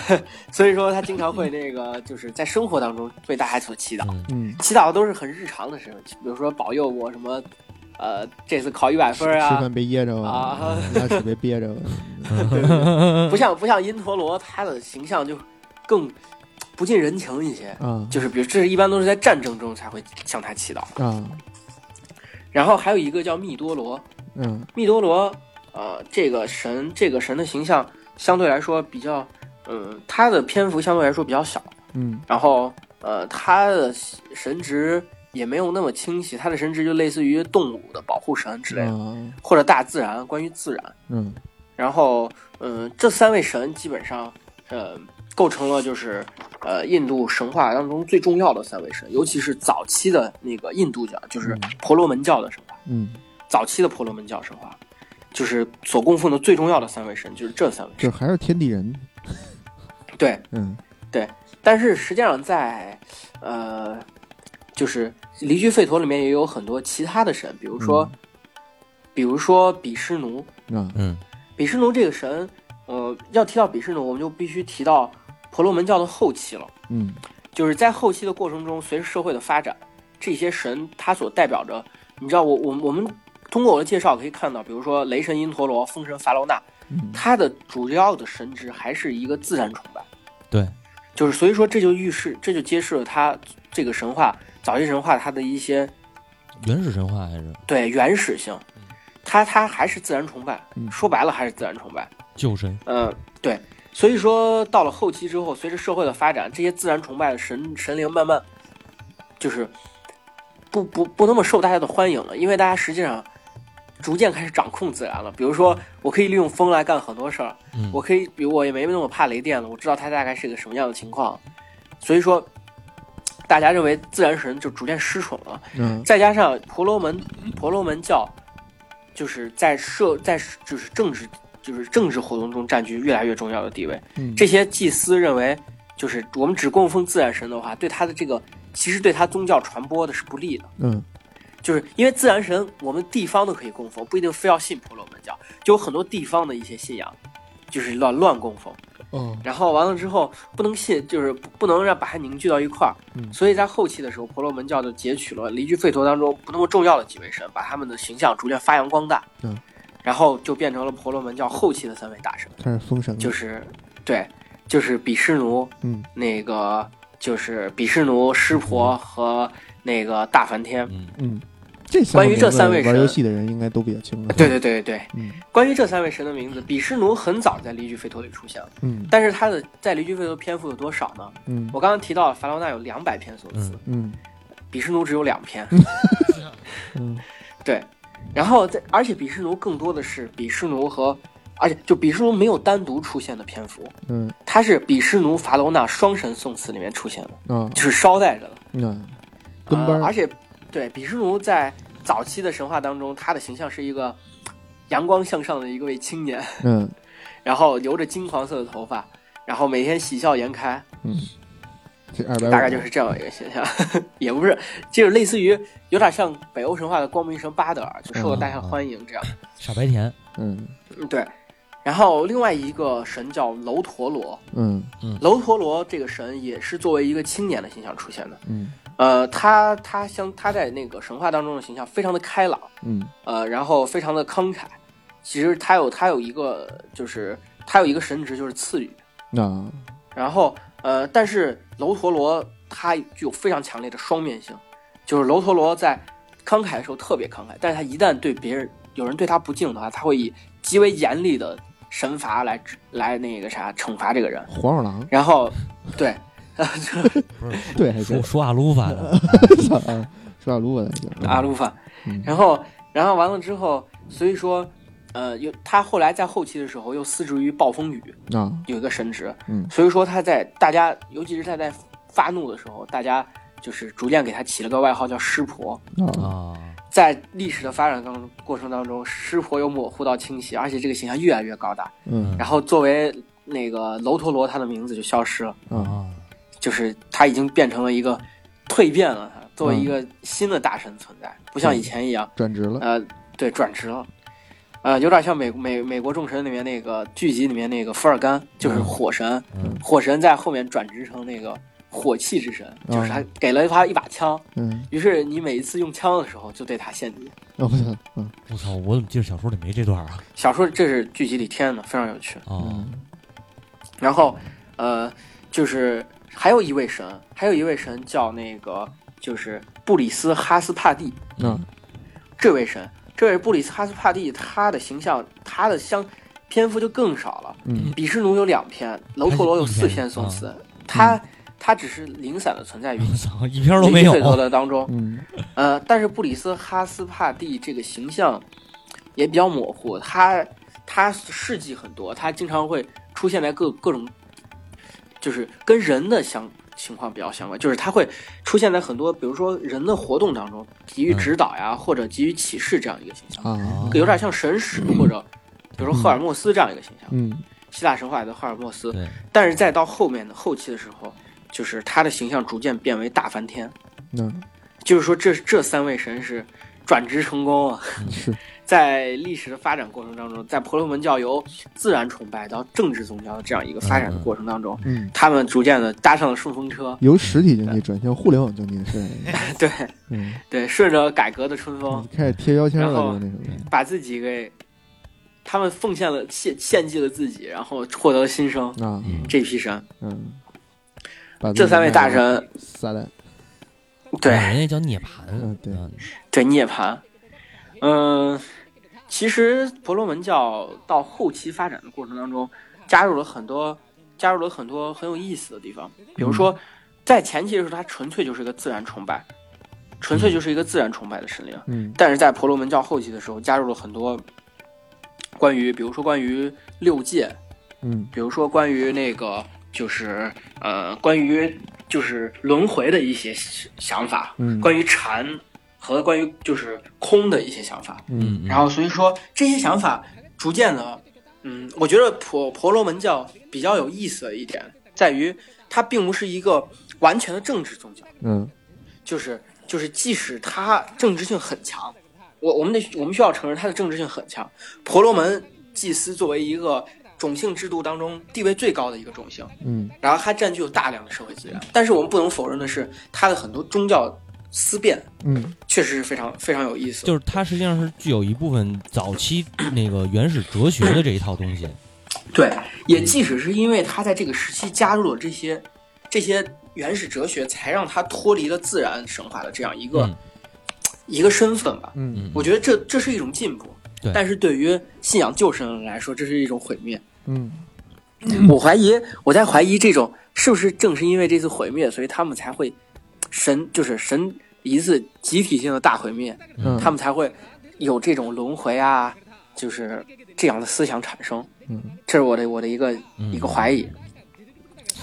S3: 所以说他经常会那个就是在生活当中为大家所祈祷。
S2: 嗯
S1: 嗯
S3: 祈祷都是很日常的事情，比如说保佑我什么，呃，这次考一百分儿
S1: 吃
S3: 啊，
S1: 饭别噎着
S3: 啊，
S1: 拉屎别憋着，
S3: 对对对不像不像因陀罗，他的形象就更不近人情一些。
S1: 啊
S3: 就是比如，这是一般都是在战争中才会向他祈祷。
S1: 啊，
S3: 然后还有一个叫密多罗，
S1: 嗯
S3: 密多罗，呃，这个神，这个神的形象相对来说比较，嗯，他的篇幅相对来说比较小，
S1: 嗯
S3: 然后呃，他的神职也没有那么清晰，他的神职就类似于动物的保护神之类的，
S1: 啊，
S3: 或者大自然，关于自然。
S1: 嗯
S3: 然后，嗯、这三位神基本上，呃，构成了就是呃印度神话当中最重要的三位神，尤其是早期的那个印度教，就是
S1: 嗯
S3: 婆罗门教的神话。
S1: 嗯，
S3: 早期的婆罗门教神话，就是所供奉的最重要的三位神，就是这三位
S1: 就
S3: 神。
S1: 还是天地人，
S3: 对，
S1: 嗯
S3: 但是实际上在，呃，就是离居吠陀里面也有很多其他的神，比如说，比如说比湿奴，
S1: 啊
S2: 嗯
S3: 比湿奴这个神，呃，要提到比湿奴，我们就必须提到婆罗门教的后期了。
S1: 嗯
S3: 就是在后期的过程中，随着社会的发展，这些神它所代表着，你知道我我我们通过我的介绍可以看到，比如说雷神因陀罗、风神伐罗那，
S1: 嗯
S3: 它的主要的神职还是一个自然崇拜，
S2: 对，
S3: 就是所以说这就预示，这就揭示了它这个神话早期神话它的一些
S2: 原始神话还是
S3: 对原始性，它它还是自然崇拜，
S1: 嗯
S3: 说白了还是自然崇拜，
S2: 旧神，
S3: 嗯，对，所以说到了后期之后，随着社会的发展，这些自然崇拜的神神灵慢慢就是不不不那么受大家的欢迎了，因为大家实际上逐渐开始掌控自然了。比如说，我可以利用风来干很多事儿，
S2: 嗯
S3: 我可以，比如我也没那么怕雷电了，我知道它大概是个什么样的情况，所以说大家认为自然神就逐渐失宠了。
S1: 嗯
S3: 再加上婆罗门婆罗门教，就是在社在就是政治就是政治活动中占据越来越重要的地位。
S1: 嗯，
S3: 这些祭司认为，就是我们只供奉自然神的话，对他的这个其实对他宗教传播的是不利的。
S1: 嗯
S3: 就是因为自然神，我们地方的可以供奉，不一定非要信婆罗门教，就有很多地方的一些信仰，就是乱乱供奉。
S1: 哦
S3: 然后完了之后不能信，就是不不能让把它凝聚到一块儿。
S1: 嗯
S3: 所以在后期的时候，婆罗门教就截取了离居吠陀当中不那么重要的几位神，把他们的形象逐渐发扬光大。
S1: 嗯，
S3: 然后就变成了婆罗门教后期的三位大神，
S1: 开始封神了，
S3: 就是对，就是比湿奴，
S1: 嗯
S3: 那个就是比湿奴、湿婆和那个大梵天。
S2: 嗯
S1: 嗯，这
S3: 关于这三位
S1: 玩
S3: 神
S1: 游戏的人应该都比较清楚，
S3: 对对对对对，
S1: 嗯
S3: 关于这三位神的名字，比湿奴很早在离居吠陀里出现了，
S1: 嗯
S3: 但是他的在离居吠陀篇幅有多少呢？
S1: 嗯
S3: 我刚刚提到了法老纳有两百篇所
S2: 嗯
S3: 词，
S1: 嗯
S3: 比什奴只有两篇。
S1: 嗯
S3: 对，然后在而且比什奴更多的是比什奴和，而且就比什奴没有单独出现的篇幅，
S1: 嗯
S3: 它是比什奴、法罗那双神宋词里面出现的，
S1: 啊
S3: 就是捎带着的。
S1: 嗯，跟班
S3: 呃，而
S1: 儿
S3: 且对比什奴在早期的神话当中，他的形象是一个阳光向上的一个位青年，
S1: 嗯
S3: 然后留着金黄色的头发，然后每天喜笑颜开，
S1: 嗯，这二百
S3: 大概就是这样一个现象， 也不是，就是类似于有点像北欧神话的光明神巴德尔，就受到大家欢迎这样。
S2: 傻白甜，
S1: 嗯
S3: 嗯，对。然后另外一个神叫楼陀罗，
S1: 嗯
S3: 楼陀罗这个神也是作为一个青年的形象出现的。
S1: 嗯
S3: 呃，他他相他在那个神话当中的形象非常的开朗，
S1: 嗯
S3: 呃，然后非常的慷慨。其实他有他有一个就是他有一个神职就是赐予，
S1: 那
S3: 然后呃，但是楼陀罗它具有非常强烈的双面性，就是楼陀罗在慷慨的时候特别慷慨，但是他一旦对别人有人对他不敬的话，他会以极为严厉的神罚来指来那个啥惩罚这个人。
S1: 黄鼠狼
S3: 然后，对，
S2: 不是
S3: 哎
S1: 对 还
S2: 说
S1: 是
S2: 说阿鲁法的，
S1: 说到卢我来讲
S3: 阿鲁法
S1: 嗯，
S3: 然后然后完了之后，所以说。呃，又他后来在后期的时候又司职于暴风雨，
S1: 啊
S3: 有一个神职，
S1: 嗯
S3: 所以说他在大家，尤其是他在发怒的时候，大家就是逐渐给他起了个外号叫湿婆。
S1: 啊
S2: 啊，
S3: 在历史的发展当中过程当中，湿婆由模糊到清晰，而且这个形象越来越高大。
S1: 嗯
S3: 然后作为那个楼陀罗，他的名字就消失了，
S1: 啊
S2: 啊，
S3: 就是他已经变成了一个蜕变了他，作为一个新的大神存在，不像以前一样，
S1: 转职了
S3: 呃，对，转职了。呃，有点像美美美国众神里面那个剧集里面那个福尔甘，就是火神，
S2: 嗯
S3: 火神在后面转职成那个火器
S2: 嗯
S3: 之神，就是他给了他一把枪，
S1: 嗯
S3: 于是你每一次用枪的时候就对他献祭，
S1: 哦不行，嗯
S2: 我操，我怎么记得小说里没这段啊？
S3: 小说这是剧集里添的，非常有趣。
S2: 哦，
S1: 嗯
S3: 然后，呃，就是还有一位神，还有一位神叫那个就是布里斯哈斯帕蒂
S1: 嗯
S3: 这位神，这位布里斯哈斯帕蒂他的形象，他的相篇幅就更少了。
S1: 嗯
S3: 比士奴有两篇，楼陀罗有四篇宋词，他他只是零散的存在于
S2: 我操，嗯一篇都没
S3: 零碎头
S2: 有。
S3: 的当中。
S1: 嗯
S3: 呃，但是布里斯哈斯帕蒂这个形象也比较模糊，他他事迹很多，他经常会出现在各各种，就是跟人的相情况比较相关，就是他会出现在很多，比如说人的活动当中，给予
S2: 嗯
S3: 指导呀，或者给予启示这样一个形象，
S1: 啊
S3: 有点像神使或者比如说赫尔墨斯这样一个形象，
S1: 嗯
S3: 希腊神话里的赫尔墨斯。
S2: 对，
S3: 但是再到后面的后期的时候，就是他的形象逐渐变为大梵天。
S1: 那
S3: 就是说这这三位神是转职成功啊，
S1: 是
S3: 在历史的发展过程当中，在婆罗门教由自然崇拜到政治宗教的这样一个发展的过程当中，
S1: 嗯
S3: 他们逐渐的搭上了顺风车，
S1: 由实体
S3: 嗯
S1: 经济转向互联网经济的事儿，
S3: 对
S1: 嗯
S3: 对，顺着改革的春风，
S1: 开始贴标签
S3: 哦然
S1: 了，
S3: 后
S1: 就是那种
S3: 把自己给他们奉献了献献祭了自己，然后获得了新生。
S1: 啊
S2: 嗯
S3: 这批神，
S1: 嗯，把
S3: 这三位大
S1: 神
S3: 神，
S1: 撒旦
S3: 对
S2: 人家叫涅槃
S1: 嗯，对
S2: 嗯
S3: 对涅槃，嗯、其实婆罗门教到后期发展的过程当中，加入了很多加入了很多很有意思的地方，比如说，在前期的时候，它纯粹就是一个自然崇拜，纯粹就是一个自然崇拜的神灵。
S1: 嗯
S3: 但是在婆罗门教后期的时候，加入了很多关于，比如说关于六界，
S1: 嗯
S3: 比如说关于那个就是呃关于就是轮回的一些想法，
S1: 嗯
S3: 关于禅和关于就是空的一些想法。
S1: 嗯
S2: 嗯，
S3: 然后所以说这些想法逐渐的，嗯，我觉得婆婆罗门教比较有意思的一点在于，它并不是一个完全的政治宗教，
S1: 嗯
S3: 就是就是即使它政治性很强，我我们得我们需要承认它的政治性很强。婆罗门祭司作为一个种姓制度当中地位最高的一个种姓，
S1: 嗯
S3: 然后它占据有大量的社会资源，但是我们不能否认的是，它的很多宗教思辨
S1: 嗯
S3: 确实是非常非常有意思的。
S2: 就是它实际上是具有一部分早期那个原始哲学的这一套东西。
S3: 对，也即使是因为他在这个时期加入了这些这些原始哲学，才让他脱离了自然神话的这样一个、
S2: 嗯
S3: 一个身份吧。
S1: 嗯
S2: 嗯，
S3: 我觉得这这是一种进步，
S2: 对
S3: 但是对于信仰旧神来说，这是一种毁灭。
S1: 嗯
S3: 我怀疑，我在怀疑这种是不是正是因为这次毁灭，所以他们才会神就是神一次集体性的大毁灭，
S1: 嗯，
S3: 他们才会有这种轮回啊，就是这样的思想产生。
S1: 嗯
S3: 这是我的我的一个
S2: 嗯
S3: 一个怀疑。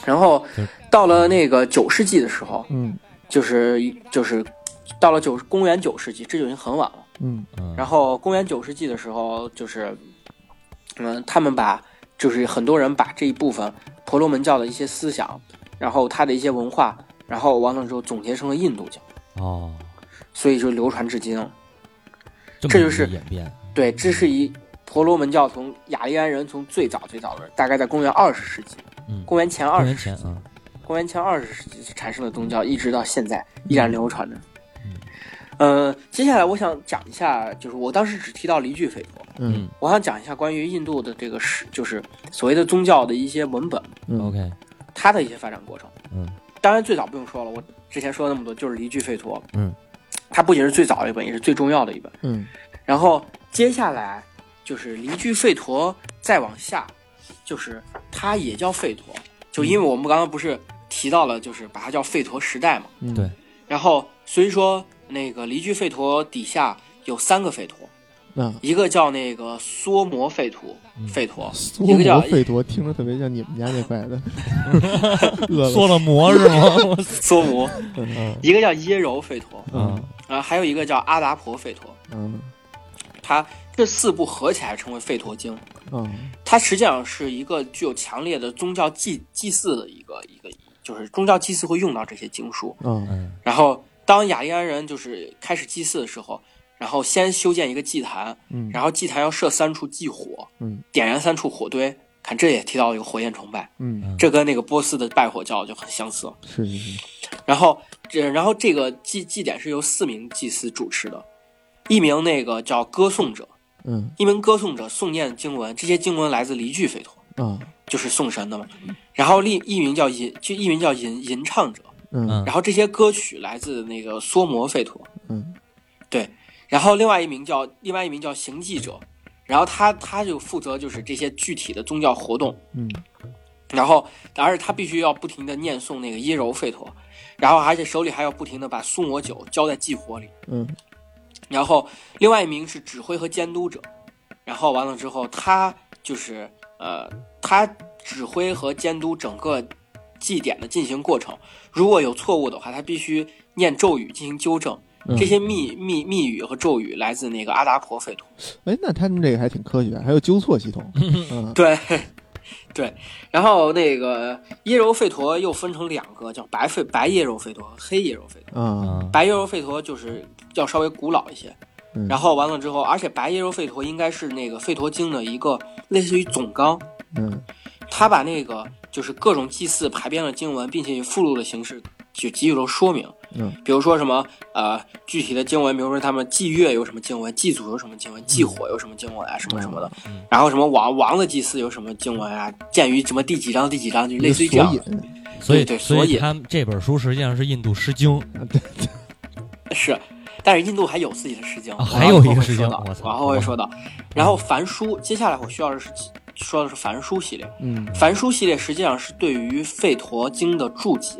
S3: 然后
S2: 就是
S3: 到了那个九世纪的时候，
S1: 嗯
S3: 就是就是到了九公元九世纪，这就已经很晚了。
S1: 嗯
S2: 嗯，
S3: 然
S2: 后
S3: 后公元九世纪的时候，就是嗯，他们把就是很多人把这一部分婆罗门教的一些思想，然后它的一些文化，然后完了之后总结成了印度教，
S2: 哦，
S3: 所以就流传至今了。
S2: 这么
S3: 这
S2: 一
S3: 就
S2: 个
S3: 是
S2: 演变。
S3: 对，这是一婆罗门教从雅利安人从最早最早的，大概在公元二十世纪，
S2: 嗯
S3: 公元前二
S2: 公
S3: 十
S2: 元前啊，
S3: 公元前二十世纪产生的宗教，一直到现在
S2: 嗯
S3: 依然流传着。呃，接下来我想讲一下，就是我当时只提到了一句吠陀，
S1: 嗯
S3: 我想讲一下关于印度的这个史，就是所谓的宗教的一些文本，
S1: 嗯
S2: OK，
S3: 它的一些发展过程。
S2: 嗯，
S3: 当然最早不用说了，我之前说了那么多，就是离句吠陀。
S2: 嗯，
S3: 它不仅是最早的一本，也是最重要的一本。
S1: 嗯
S3: 然后接下来就是离句吠陀再往下，就是它也叫吠陀，就因为我们刚刚不是提到了，就是把它叫吠陀时代嘛。
S1: 嗯
S2: 对，
S3: 然后虽说那个离句吠陀底下有三个吠陀，
S1: 那
S3: 一个叫那个梭摩吠陀，吠陀，
S1: 缩
S3: 一个叫
S1: 魔费陀听着特别像你们家那块 的，饿了
S2: 缩了魔是吗？
S3: 梭摩，
S1: 嗯
S3: 一个叫耶柔吠陀，
S1: 嗯
S2: 嗯
S3: 啊，还有一个叫阿达婆吠陀，
S1: 嗯
S3: 它这四部合起来称为吠陀经。
S1: 嗯
S3: 它实际上是一个具有强烈的宗教祭祭祀的一个一个，就是宗教祭祀会用到这些经书。
S1: 嗯
S2: 嗯
S3: 然后当雅利安人就是开始祭祀的时候，然后先修建一个祭坛，
S1: 嗯
S3: 然后祭坛要设三处祭火，
S1: 嗯，
S3: 点燃三处火堆。看，这也提到了一个火焰崇拜，
S1: 嗯，
S3: 这跟那个波斯的拜火教就很相似。
S1: 是是是，
S3: 然后这，然后这个祭祭典是由四名祭司主持的，一名那个叫歌颂者，
S4: 嗯
S3: 一名歌颂者诵念经文，这些经文来自离句吠陀，
S4: 啊
S3: 就是颂神的嘛。然后另一名叫吟，就一名叫吟吟唱者，
S4: 嗯
S1: 啊
S2: 嗯
S3: 然后这些歌曲来自那个梭摩吠陀，
S4: 嗯
S3: 对。然后另外一名叫另外一名叫行记者，然后他他就负责就是这些具体的宗教活动，
S4: 嗯
S3: 然后，而且他必须要不停的念诵那个耶柔吠陀，然后而且手里还要不停的把苏魔酒浇在祭火里。
S4: 嗯
S3: 然后，另外一名是指挥和监督者，然后完了之后，他就是呃，他指挥和监督整个祭典的进行过程。如果有错误的话，他必须念咒语进行纠正。
S4: 嗯
S3: 这些密密密语和咒语来自那个阿达婆吠陀。
S4: 哎，那他们这个还挺科学，还有纠错系 统。嗯
S3: 对，对。然后那个耶柔吠陀又分成两个，叫白吠白耶柔吠陀、黑耶柔吠陀。
S4: 啊，
S2: 嗯
S3: 白耶柔吠陀就是要稍微古老一些，
S4: 嗯
S3: 然后完了之后，而且白耶柔吠陀应该是那个吠陀经的一个类似于总纲，
S4: 嗯
S3: 他把那个就是各种祭祀排编了经文，并且以附录的形式就给予了说明。
S4: 嗯，
S3: 比如说什么呃具体的经文，比如说他们祭月有什么经文，祭祖有什么经文，祭
S4: 嗯
S3: 火有什么经文啊，什么什么的。
S2: 嗯
S3: 然后什么王王的祭祀有什么经文啊，见于什么第几章第几章， 就类似于这样
S4: 一
S3: 的
S4: 个。索引
S2: 啊所以
S3: 对对
S2: 所
S3: 所以
S2: 他们这本书实际上是印度诗经，
S4: 啊
S3: 是，但是印度还有自己的诗经，
S2: 啊还有一个诗经
S3: 我后
S2: 我操
S3: 会
S2: 嗯
S3: 说到然后会说到，然后梵书，接下来我需要的是说的是梵书系列，
S4: 嗯
S3: 梵书系列实际上是对于吠陀经的注解，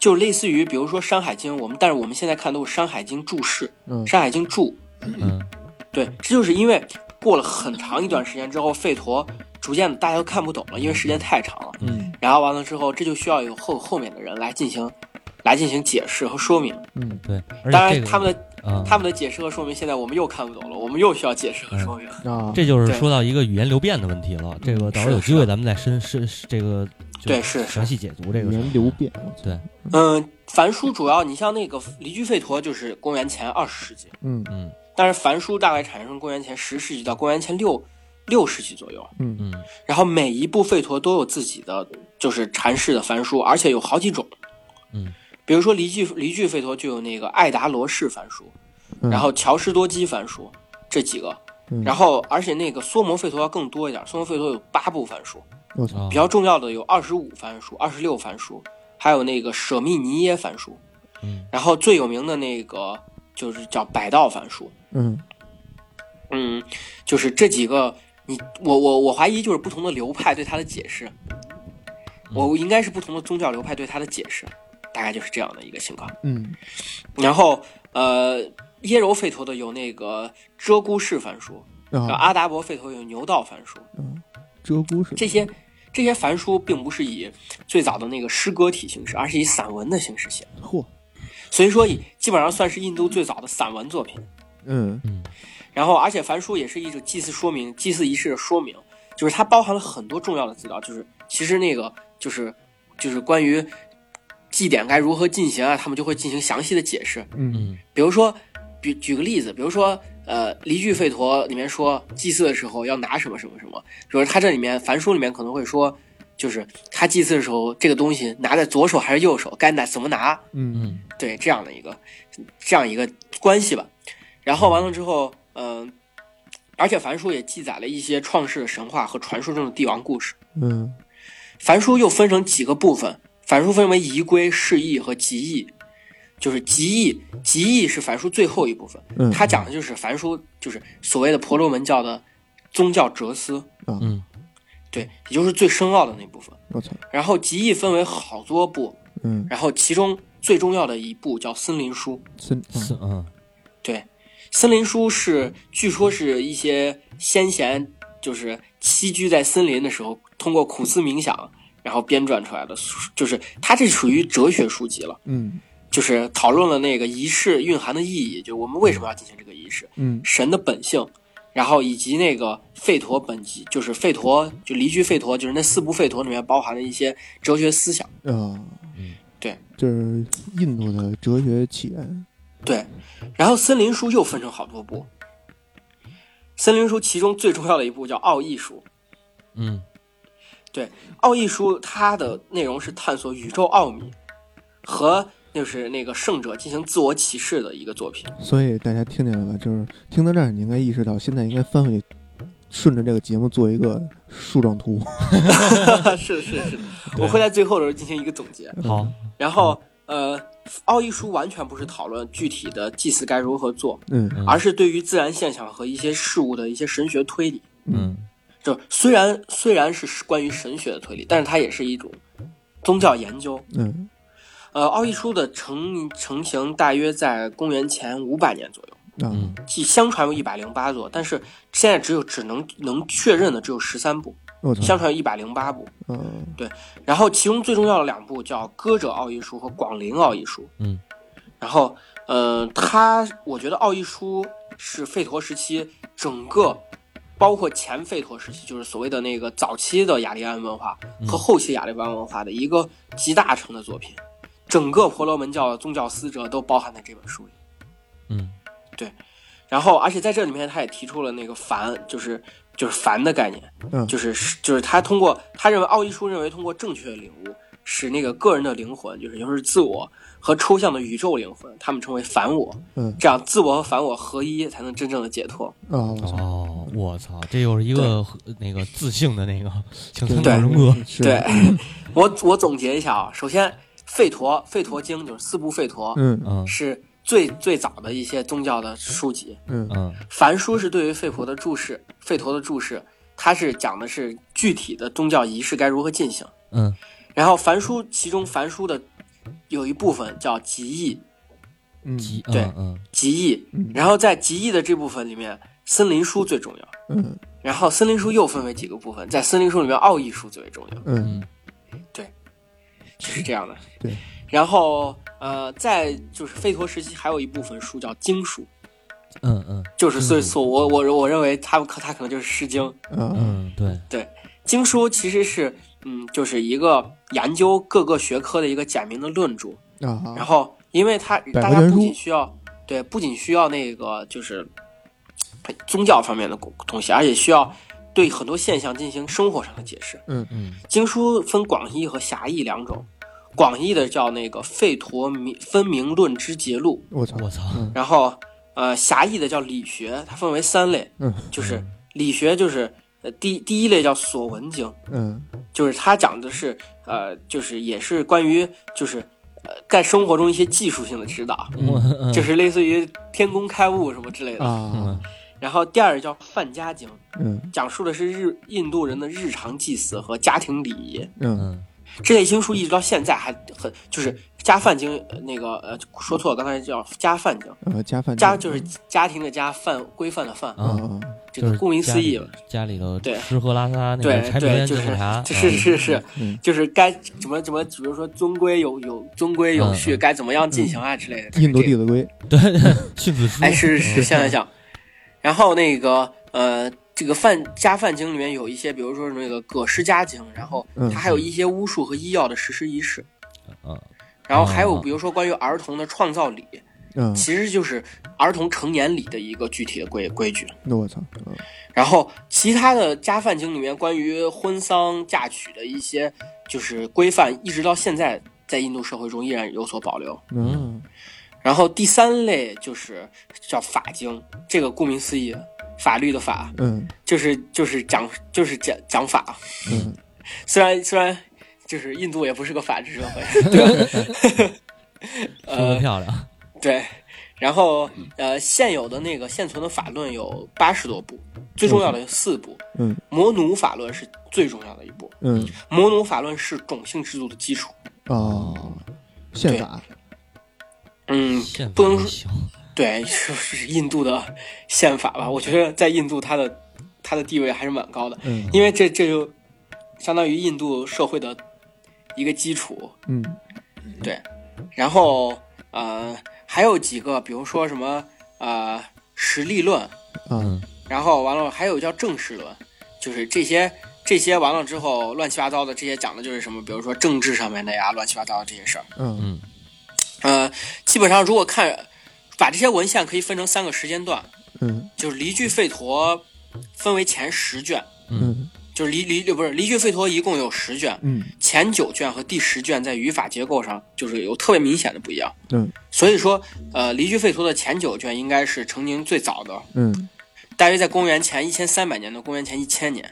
S3: 就类似于比如说《山海经》，我们但是我们现在看都是《山海经》注释，
S4: 嗯
S3: 《山海经》注，
S2: 嗯
S3: 对，这就是因为过了很长一段时间之后，吠陀逐渐的大家都看不懂了，因为时间太长了。
S4: 嗯
S3: 然后完了之后，这就需要有后后面的人来进行，来进行解释和说明。
S4: 嗯
S2: 对，而
S3: 当
S2: 且这
S3: 然，
S2: 个
S3: 他们的
S2: 嗯
S3: 他们的解释和说明，现在我们又看不懂了，我们又需要解释和说明。
S4: 啊，
S2: 这就是
S3: 对
S2: 说到一个语言流变的问题了。这个到时候有
S3: 是
S2: 机会
S3: 是
S2: 咱们再深深这个就
S3: 对是是
S2: 详细解读这
S4: 语
S2: 个事儿
S4: 言流变，我操
S3: 嗯，梵书主要你像那个离居吠陀，就是公元前二十世纪，
S4: 嗯
S2: 嗯
S3: 但是梵书大概产生公元前十世纪到公元前六六世纪左右。
S4: 嗯
S2: 嗯
S3: 然后每一部吠陀都有自己的就是阐释的梵书，而且有好几种。
S2: 嗯，
S3: 比如说离句离句吠陀就有那个艾达罗氏梵书，
S4: 嗯
S3: 然后乔什多基梵书这几个。
S4: 嗯
S3: 然后，而且那个梭摩吠陀要更多一点，梭摩吠陀有八部梵书，
S4: 我操
S2: 啊
S3: 比较重要的有二十五番书、二十六番书，还有那个舍密尼耶番书。
S2: 嗯，
S3: 然后最有名的那个就是叫百道番书。
S4: 嗯
S3: 嗯，就是这几个，你我我我怀疑就是不同的流派对它的解释，我应该是不同的宗教流派对它的解释，大概就是这样的一个情况。
S4: 嗯
S3: 然后呃，耶柔吠陀的有那个遮孤氏番书，
S1: 嗯
S3: 然后
S4: 啊
S3: 阿达伯吠陀有牛道番书，
S4: 鹧鸪是
S3: 这些这些梵书并不是以最早的那个诗歌体形式，而是以散文的形式写的，
S4: 嚯
S3: 所以说以基本上算是印度最早的散文作品。
S4: 嗯
S3: 然后，而且梵书也是一种祭祀说明、祭祀仪式的说明，就是它包含了很多重要的资料，就是其实那个就是就是关于祭典该如何进行啊，他们就会进行详细的解释。
S4: 嗯
S2: 嗯
S3: 比如说，举举个例子，比如说，呃，《离句吠陀》里面说祭祀的时候要拿什么什么什么，就是它这里面梵书里面可能会说，就是他祭祀的时候这个东西拿在左手还是右手，该拿怎么拿，
S4: 嗯
S2: 嗯
S3: 对这样的一个这样一个关系吧。然后完了之后，嗯、而且梵书也记载了一些创世的神话和传说中的帝王故事。
S4: 嗯
S3: 梵书又分成几个部分，梵书分为仪规、释义和集义。就是集义，集义是梵书最后一部分，
S4: 嗯
S3: 它讲的就是梵书，就是所谓的婆罗门教的宗教哲思，
S2: 嗯
S3: 对，也就是最深奥的那部分。
S4: 我操
S3: 然后集义分为好多部，
S4: 嗯
S3: 然后其中最重要的一部叫森林书，
S4: 森啊
S2: 是嗯
S3: 对，森林书是据说是一些先贤就是栖居在森林的时候，通过苦思冥想，然后编撰出来的书，就是它这属于哲学书籍了，
S4: 嗯
S3: 就是讨论了那个仪式蕴含的意义，就我们为什么要进行这个仪式，
S4: 嗯
S3: 神的本性。然后以及那个吠陀本集，就是吠陀，就离居吠陀，就是那四部吠陀里面包含的一些哲学思想。
S4: 啊
S2: 嗯
S3: 对，
S4: 这是印度的哲学起源
S3: 对，然后森林书又分成好多部。森林书其中最重要的一部叫《奥义书》，
S2: 嗯
S3: 对，《奥义书》它的内容是探索宇宙奥秘和就是那个胜者进行自我启示的一个作品。
S4: 所以大家听见了吧？就是听到这儿，你应该意识到，现在应该翻回去，顺着这个节目做一个树状 图。
S3: 是是是，
S2: 对
S3: 我会在最后的时候进行一个总结。
S2: 好，
S3: 然后呃，奥义书完全不是讨论具体的祭祀该如何做，
S4: 嗯
S2: 嗯
S3: 而是对于自然现象和一些事物的一些神学推理。
S2: 嗯
S3: 就虽然虽然是关于神学的推理，但是它也是一种宗教研究。
S4: 嗯
S3: 呃，奥义书的成成型大约在公元前五百年左右，
S4: 啊
S2: 嗯
S3: 即相传有一百零八座，但是现在只有只能能确认的只有十三部，
S4: 我操
S3: 相传有一百零八部。
S4: 嗯
S3: 然后其中最重要的两部叫《歌者奥义书》和《广陵奥义书》。
S2: 嗯，
S3: 然后呃，它我觉得奥义书是吠陀时期整个，包括前吠陀时期，就是所谓的那个早期的雅利安文化
S2: 嗯
S3: 和后期雅利安文化的一个集大成的作品。整个婆罗门教的宗教思哲都包含在这本书里。
S2: 嗯
S3: 然后，而且在这里面，他也提出了那个凡，就是就是凡的概念，
S4: 嗯
S3: 就是就是他通过他认为奥义书认为通过正确的领悟，使那个个人的灵魂，就是也就是自我和抽象的宇宙灵魂，他们称为凡我，
S4: 嗯
S3: 这样自我和凡我合一，才能真正的解脱。
S4: 啊，我操，
S2: 哦，我操，这又是一个那个自信的那个请参考
S3: 对
S2: 人格，
S4: 哦嗯是
S3: 对，我我总结一下啊，首先，吠陀吠陀经就是四部吠陀，
S4: 嗯
S2: 嗯
S3: 是最最早的一些宗教的书籍，
S4: 嗯
S2: 嗯
S3: 梵书是对于吠陀的注释，吠陀的注释，它是讲的是具体的宗教仪式该如何进行。
S2: 嗯
S3: 然后梵书其中梵书的有一部分叫集义，
S4: 嗯
S2: 急
S3: 对
S2: 嗯嗯
S3: 集义
S4: 嗯。
S3: 然后在集义的这部分里面，森林书最重要。
S4: 嗯
S3: 然后森林书又分为几个部分，在森林书里面，奥义书最为重要，
S4: 嗯
S2: 嗯
S3: 是这样的。
S4: 对。
S3: 然后呃，在就是吠陀时期，还有一部分书叫经书，
S2: 嗯嗯
S3: 就是所以
S2: 经书
S3: 所我我我认为他们可它可能就是《诗经》。
S4: 啊
S2: 嗯对
S3: 经书其实是，嗯，就是一个研究各个学科的一个简明的论著。然
S4: 啊，
S3: 后，因为它
S4: 百
S3: 大
S4: 科
S3: 家
S4: 全
S3: 不
S4: 书
S3: 仅需要对，不仅需要那个就是呃宗教方面的东西，而且需要对很多现象进行生活上的解释。
S2: 嗯
S3: 经书分广义和狭义两种，广义的叫那个《费陀明分明论之节录
S4: 我操，
S2: 我操
S4: 嗯》，
S3: 然后呃狭义的叫理学，它分为三类，
S4: 嗯
S3: 就是理学就是呃第第一类叫所闻经。
S4: 嗯
S3: 就是他讲的是，呃，就是也是关于就是，呃，在生活中一些技术性的指导，
S2: 我嗯
S3: 就是类似于天工开悟什么之类的。
S4: 啊，
S3: 然后第二个叫范家经，
S4: 嗯
S3: 讲述的是日印度人的日常祭祀和家庭礼仪。
S4: 嗯
S2: 嗯
S3: 这类经书一直到现在还很就是家饭经，呃那个呃说错了，刚才叫家饭经，
S2: 嗯
S4: 啊，加饭
S3: 家就是家庭的家，饭规范的饭，
S4: 啊
S2: 啊，
S4: 啊
S3: 这个顾名思义
S2: 就是家里，家里
S3: 对
S2: 头吃喝拉撒那
S3: 对
S2: 个柴米油
S3: 对，
S2: 盐
S3: 就
S2: 酱
S3: 是
S2: 醋茶，
S3: 是
S2: 嗯
S3: 是是
S4: 嗯，
S3: 就是该什么什么，比如说遵规有有遵规有序，
S2: 嗯
S3: 该怎么样进行啊之类的。
S4: 印度
S3: 这
S4: 弟子规，
S2: 对 荀子书，
S3: 哎是是
S2: 嗯
S3: 像像像，然后那个呃，这个范家范经里面有一些，比如说那个葛施家经，然后
S4: 嗯
S3: 它还有一些巫术和医药的实施仪式，
S2: 嗯
S3: 然后还有
S2: 哦
S3: 比如说关于儿童的创造礼，
S4: 嗯，
S3: 其实就是儿童成年礼的一个具体的规规矩。
S4: 那我操，嗯
S3: 然后其他的家饭经里面关于婚丧嫁娶的一些就是规范，一直到现在在印度社会中依然有所保留。
S4: 嗯
S3: 然后第三类就是叫法经，这个顾名思义，法律的法，
S4: 嗯
S3: 就是就是讲就是讲讲法。
S4: 嗯
S3: 虽然虽然就是印度也不是个法治社会， 对吧
S2: 说的
S3: 呃，
S2: 漂亮，
S3: 对。然后呃，现有的那个现存的法论有八十多部，最重要的有四部，
S4: 嗯
S3: 摩奴法论是最重要的一步。
S4: 嗯
S3: 摩奴法论是种姓制度的基础。
S4: 啊，宪法，
S3: 嗯，
S2: 宪法
S3: 不能
S2: 也
S3: 说
S2: 行，
S3: 对，是是印度的宪法吧？我觉得在印度，它的它的地位还是蛮高的，
S4: 嗯
S3: 因为这这就相当于印度社会的一个基础。
S4: 嗯
S3: 然后呃，还有几个，比如说什么呃实例论，
S2: 嗯
S4: 啊，
S3: 然后完了还有叫正式论，就是这些这些完了之后乱七八糟的这些讲的就是什么，比如说政治上面的呀，乱七八糟的这些事儿。
S4: 嗯
S2: 嗯
S3: 呃，基本上如果看把这些文献可以分成三个时间段，
S4: 嗯
S3: 就是离句吠陀分为前十卷，
S4: 嗯
S3: 就是离离不是离句吠陀一共有十卷，
S4: 嗯
S3: 前九卷和第十卷在语法结构上就是有特别明显的不一样。
S4: 嗯，
S3: 所以说，呃，《离居废图》的前九卷应该是成宁最早的，
S4: 嗯，
S3: 大约在公元前一千三百年到公元前一千年，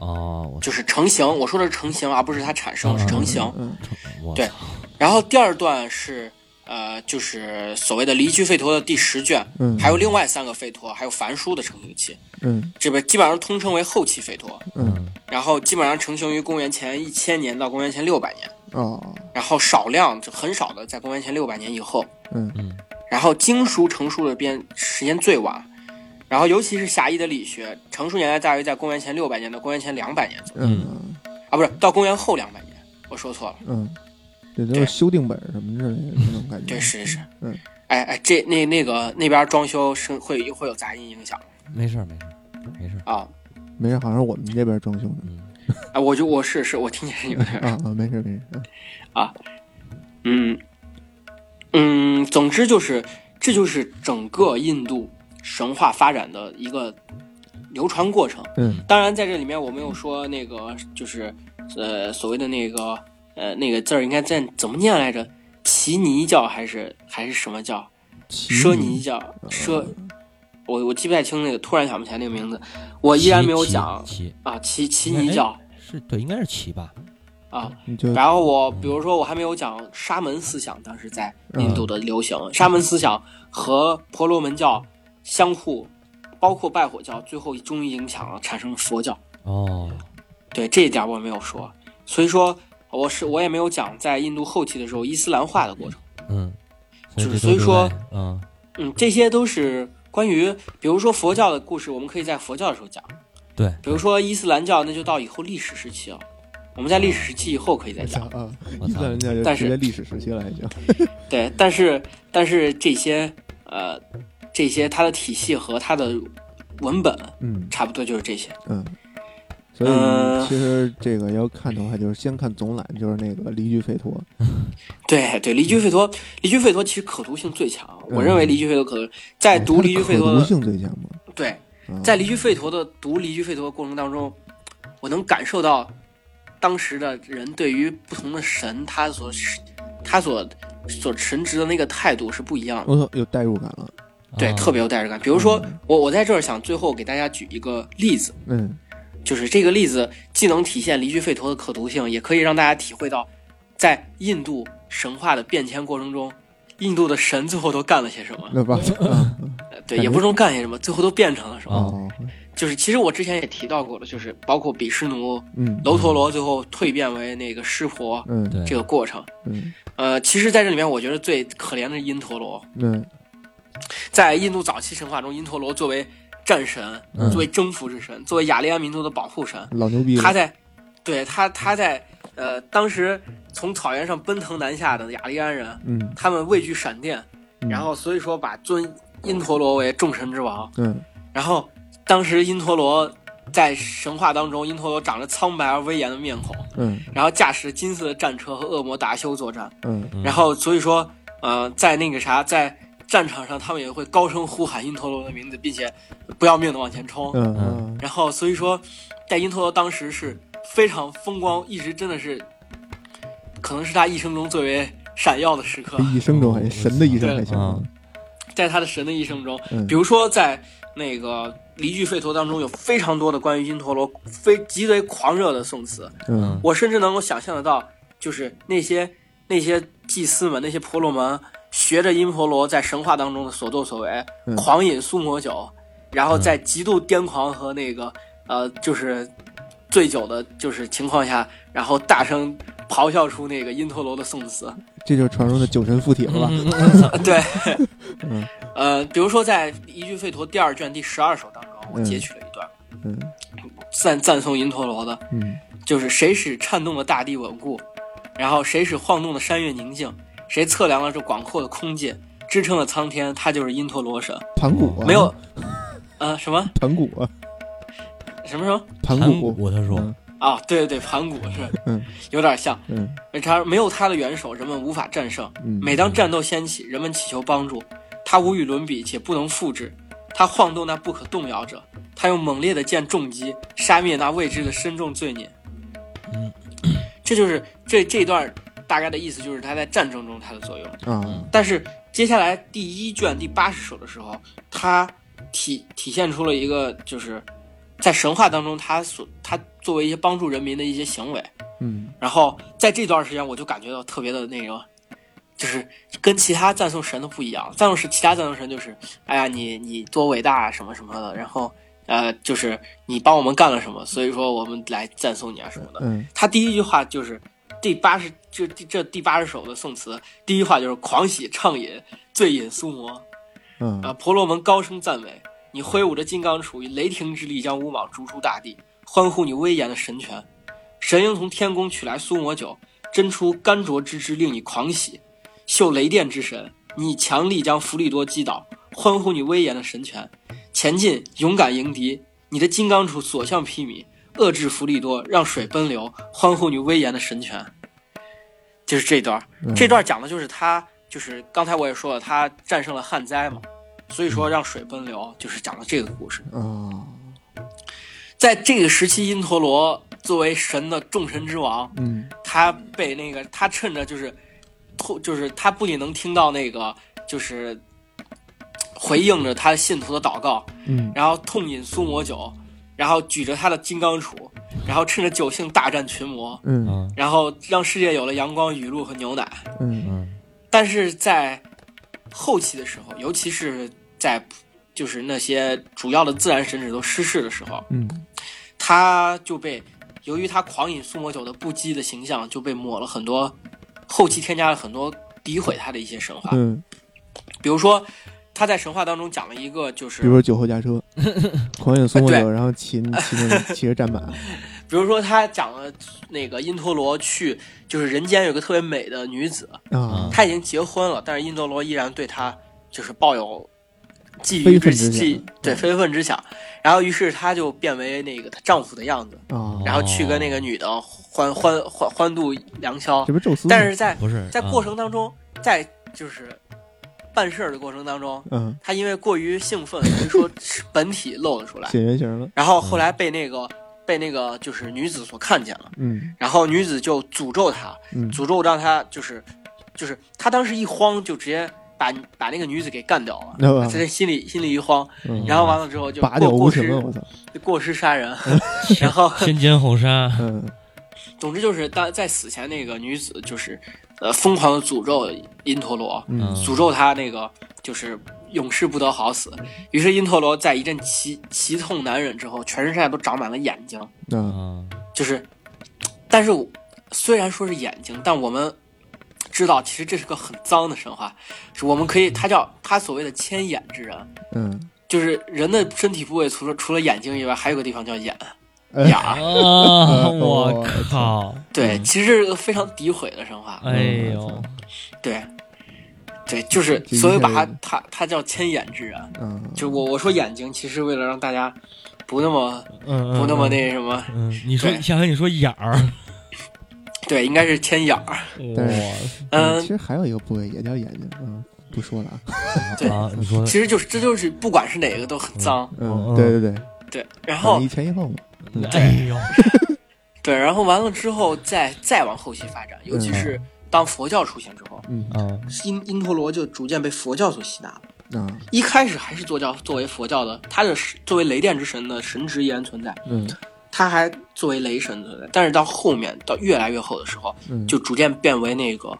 S2: 哦，我
S3: 就是成型。我说的是成型，而不是它产生，
S2: 嗯
S3: 是成
S2: 嗯
S3: 型。
S4: 嗯，
S2: 我
S3: 对然后第二段是，呃，就是所谓的《离居废陀》的第十卷，
S4: 嗯，
S3: 还有另外三个废陀，还有凡书的成型期，
S4: 嗯
S3: 这边基本上通称为后期废陀。
S4: 嗯，
S3: 然后基本上成型于公元前一千年到公元前六百年，
S4: 哦，
S3: 然后少量就很少的在公元前六百年以后。
S4: 嗯
S2: 嗯，
S3: 然后经书成书的编时间最晚，然后尤其是狭义的理学，成书年代大约在公元前六百年到公元前两百年左右
S4: 嗯
S3: 啊，不是到公元后两百年，我说错了。
S4: 嗯，这都是修订本什么之类的那种感觉。
S3: 对，是是，
S4: 嗯，
S3: 哎哎，这那那个那边装修是会会有杂音影响
S2: 没事儿没事儿没事儿，
S3: 啊，
S4: 没事，好像是我们这边装修呢。
S2: 嗯
S3: 哎，我就我是是我听见是有点儿，
S4: 啊啊，没事没事。
S3: 嗯嗯，总之就是这就是整个印度神话发展的一个流传过程。
S4: 嗯
S3: 当然在这里面我没有说那个就是呃所谓的那个呃那个字儿应该在怎么念来着？奇尼教还是还是什么教？奢尼教奢，我我记不太清那个，突然想不起来那个名字，我依然没有讲
S2: 齐齐
S3: 啊，奇奇尼教
S2: 是对，应该是齐吧？
S3: 啊。
S4: 你就
S3: 然后我比如说我还没有讲沙门思想，当时在
S4: 嗯
S3: 印度的流行，沙门思想和婆罗门教相互，包括拜火教，最后终于影响了产生了佛教。
S2: 哦，
S3: 对这一点我没有说，所以说我是我也没有讲在印度后期的时候伊斯兰化的过程。
S2: 嗯，
S3: 就是
S2: 这都
S3: 所以说
S2: 在，嗯
S3: 嗯，这些都是关于，比如说佛教的故事，我们可以在佛教的时候讲；
S2: 对，
S3: 比如说伊斯兰教，那就到以后历史时期了。我们在历史时期以后可以再讲。
S4: 啊，
S2: 我
S4: 伊斯
S2: 操，
S4: 兰教就直接历史时期了，已经。
S3: 对，但是但是这些呃，这些它的体系和它的文本
S4: 嗯
S3: 差不多就是这些。
S4: 嗯。所
S3: 呃
S4: 以其实这个要看的话，就是先看总览，就是那个《离居费陀》。
S3: 对对，离居费陀，离居费陀其实可读性最强。我认为离居费陀可在读离居费
S4: 嗯
S3: 陀
S4: 可读
S3: 的
S4: 性最强嘛。
S3: 对
S4: 嗯
S3: 在离居费陀的读离居费陀的过程当中，我能感受到当时的人对于不同的神，他所他所所持执的那个态度是不一
S1: 嗯
S3: 样的。
S4: 我操，有代入感了。
S3: 对，
S2: 啊
S3: 特别有代入感。比如说，我我在这儿想最后给大家举一个例子，
S4: 嗯
S3: 就是这个例子既能体现离居费陀的可读性，也可以让大家体会到，在印度神话的变迁过程中，印度的神最后都干了些什么。
S4: 那 吧。啊
S3: 呃对，
S4: 感觉
S3: 也不是说干些什么，最后都变成了什
S1: 嗯
S3: 么。
S4: 哦，
S3: 就是其实我之前也提到过了，就是包括比湿奴、
S4: 嗯
S3: 楼陀罗最后蜕变为那个湿婆
S4: 嗯
S2: 对
S3: 这个过程。
S4: 嗯
S3: 呃，其实在这里面，我觉得最可怜的是因陀罗。
S4: 嗯
S3: 在印度早期神话中，因陀罗作为战神，
S4: 嗯
S3: 作为征服之神，作为雅利安民族的保护神，
S4: 老牛逼了。
S3: 他在，对他他在呃当时从草原上奔腾南下的雅利安人，
S4: 嗯
S3: 他们畏惧闪电，
S4: 嗯
S3: 然后所以说把尊因陀罗为众神之王。
S4: 嗯
S3: 然后当时因陀罗在神话当中，因陀罗长着苍白而威严的面孔，
S4: 嗯
S3: 然后驾驶金色的战车和恶魔达修作战。
S4: 嗯
S2: 嗯
S3: 然后所以说，呃，在那个啥，在战场上他们也会高声呼喊因陀罗的名字，并且不要命的往前冲。
S4: 嗯
S3: 然后所以说，在因陀罗当时是非常风光，一直真的是，可能是他一生中最为闪耀的时刻。
S1: 嗯
S4: 这一生中还神的一生还行。
S2: 啊，
S3: 在他的神的一生中，
S4: 嗯
S3: 比如说在那个《离句吠陀》当中，有非常多的关于因陀罗非极为狂热的宋词，
S4: 嗯
S3: 我甚至能够想象得到，就是那些那些祭司们、那些婆罗门学着因陀罗在神话当中的所作所为，
S4: 嗯
S3: 狂饮苏摩酒，然后在极度癫狂和那个呃就是醉酒的，就是情况下，然后大声咆哮出那个因陀罗的宋词。
S4: 这就是传说的酒神附体了吧？
S2: 嗯我操，
S3: 对，
S4: 嗯
S3: 呃，比如说在《一句吠陀》第二卷第十二首当中，我
S4: 嗯
S3: 截取了一段
S4: 嗯
S3: 赞赞颂因陀罗的，
S4: 嗯
S3: 就是谁使颤动的大地稳固，然后谁使晃动的山岳宁静，谁测量了这广阔的空界，支撑了苍天，他就是因陀罗神。
S4: 盘古啊，
S3: 没有，呃，什么
S4: 盘古啊，
S3: 什么什么
S4: 盘
S2: 盘
S4: 古。
S2: 古他说，
S4: 嗯
S3: 啊？对对对，盘古是，
S4: 嗯，
S3: 有点像。
S4: 嗯
S3: 他没有他的元首，人们无法战胜。
S4: 嗯
S3: 每当战斗掀起，人们祈求帮助，他无与伦比且不能复制。他晃动那不可动摇者，他用猛烈的剑重击，杀灭那未知的身中罪孽。
S2: 嗯，
S3: 这就是这这一段大概的意思，就是他在战争中它的作用。
S4: 啊，
S3: 但是接下来第一卷第八十首的时候，他体体现出了一个就是在神话当中他所他作为一些帮助人民的一些行为。
S4: 嗯
S3: 然后在这段时间，我就感觉到特别的那个，就是跟其他赞颂神的不一样。赞颂神，其他赞颂神就是，哎呀，你你多伟大啊什么什么的，然后呃，就是你帮我们干了什么，所以说我们来赞颂你啊什么的。
S4: 嗯
S3: 他第一句话就是第八十，就这这第八十首的宋词，第一句话就是狂喜畅饮，醉饮苏摩
S4: 嗯
S3: 啊，婆罗门高声赞美你挥舞着金刚杵，以雷霆之力将五蟒逐出大地，欢呼你威严的神权。神鹰从天宫取来苏魔酒，斟出甘卓之汁，令你狂喜。秀雷电之神，你以强力将弗利多击倒，欢呼你威严的神权。前进，勇敢迎敌，你的金刚杵所向披靡，遏制弗利多，让水奔流，欢呼你威严的神权。就是这段儿，
S1: 嗯
S3: 这段儿讲的就是他，就是刚才我也说了，他战胜了旱灾嘛，所以说让水奔流，就是讲的这个故事。
S4: 啊，
S3: 在这个时期，因陀罗作为神的众神之王，
S4: 嗯
S3: 他被那个他趁着就是，突就是他不仅能听到那个就是回应着他信徒的祷告，
S4: 嗯
S3: 然后痛饮苏魔酒，然后举着他的金刚杵，然后趁着酒兴大战群魔，
S4: 嗯
S2: 嗯
S3: 然后让世界有了阳光、雨露和牛奶。
S4: 嗯
S2: 嗯
S3: 但是在后期的时候，尤其是在就是那些主要的自然神祇都失势的时候，
S4: 嗯
S3: 他就被由于他狂饮苏魔酒的不羁的形象，就被抹了很多，后期添加了很多诋毁他的一些神话，
S4: 嗯，
S3: 比如说他在神话当中讲了一个，就是
S4: 比如说酒后驾车，狂饮松果
S3: 哎
S4: 酒，
S3: 对
S4: 然后骑骑着骑着战马，
S3: 比如说他讲了那个因陀罗去，就是人间有个特别美的女子，
S4: 啊，
S3: 她已经结婚了，但是因陀罗依然对她就是抱有觊
S4: 非
S3: 觎
S4: 分
S3: 之
S4: 之想嗯
S3: 觊对非分之想，然后于是她就变为那个她丈夫的样子，
S4: 啊，
S3: 然后去跟那个女的欢欢欢欢度良宵
S4: 这，不是宙斯吗？
S3: 但是在
S2: 不是嗯
S3: 在过程当中，在就是办事儿的过程当中，
S4: 嗯，
S3: 她因为过于兴奋，所以说本体露了出来，
S4: 显原形了，
S3: 然后后来被那个被那个就是女子所看见了。
S4: 嗯
S3: 然后女子就诅咒他，
S4: 嗯
S3: 诅咒让他就是，就是他当时一慌就直接把把那个女子给干掉了，
S4: 嗯
S3: 他这心里心里一慌，
S4: 嗯，
S3: 然后完了之后就
S4: 拔掉
S3: 过
S4: 无
S3: 过
S4: 情了，
S3: 失
S4: 我操，
S3: 过失杀 人， 然后
S2: 先奸后杀，
S4: 嗯
S3: 总之就是当在死前那个女子就是，呃疯狂的诅咒因陀罗，
S2: 嗯
S4: 嗯
S3: 诅咒他那个就是永世不得好死。于是因陀罗在一阵奇奇痛难忍之后，全身上下都长满了眼睛，
S4: 啊
S2: 嗯
S3: 就是，但是我虽然说是眼睛，但我们知道其实这是个很脏的神话，是我们可以，它叫它所谓的千眼之人，
S4: 嗯，
S3: 就是人的身体部位除了除了眼睛以外，还有个地方叫眼
S4: 哎
S3: 眼
S2: 啊
S3: 儿。！
S2: 嗯我靠！
S3: 对，其实是个非常诋毁的神话。
S2: 哎呦，
S3: 对，对，就是
S4: 这一
S3: 所
S4: 下
S3: 以把它
S4: 就
S3: 它它叫千眼之人。
S4: 嗯，
S3: 就我我说眼睛，其实为了让大家不那么
S2: 嗯，
S3: 不那么那什么，
S2: 嗯，你说想想你说眼儿，
S3: 对，应该是千眼儿。
S2: 哇
S4: 嗯
S3: 嗯
S4: 其，实还有一个部位也叫眼睛，嗯，不说了啊，
S2: 啊！你说
S3: 其实就是这就是不管是哪个都很脏。
S2: 嗯
S4: 嗯，对对对，
S3: 对，然
S4: 反
S1: 啊
S3: 后
S4: 正一前一后嘛，
S2: 哎呦，
S3: 对，然后完了之后再再往后期发展，尤其是当佛教出现之后，
S4: 嗯
S2: 嗯
S3: 因因陀罗就逐渐被佛教所吸纳了。
S4: 啊，
S3: 一开始还是作教作为佛教的，他的神作为雷电之神的神职依然存在，
S4: 嗯
S3: 他还作为雷神存在。但是到后面到越来越后的时候，
S4: 嗯，
S3: 就逐渐变为那个《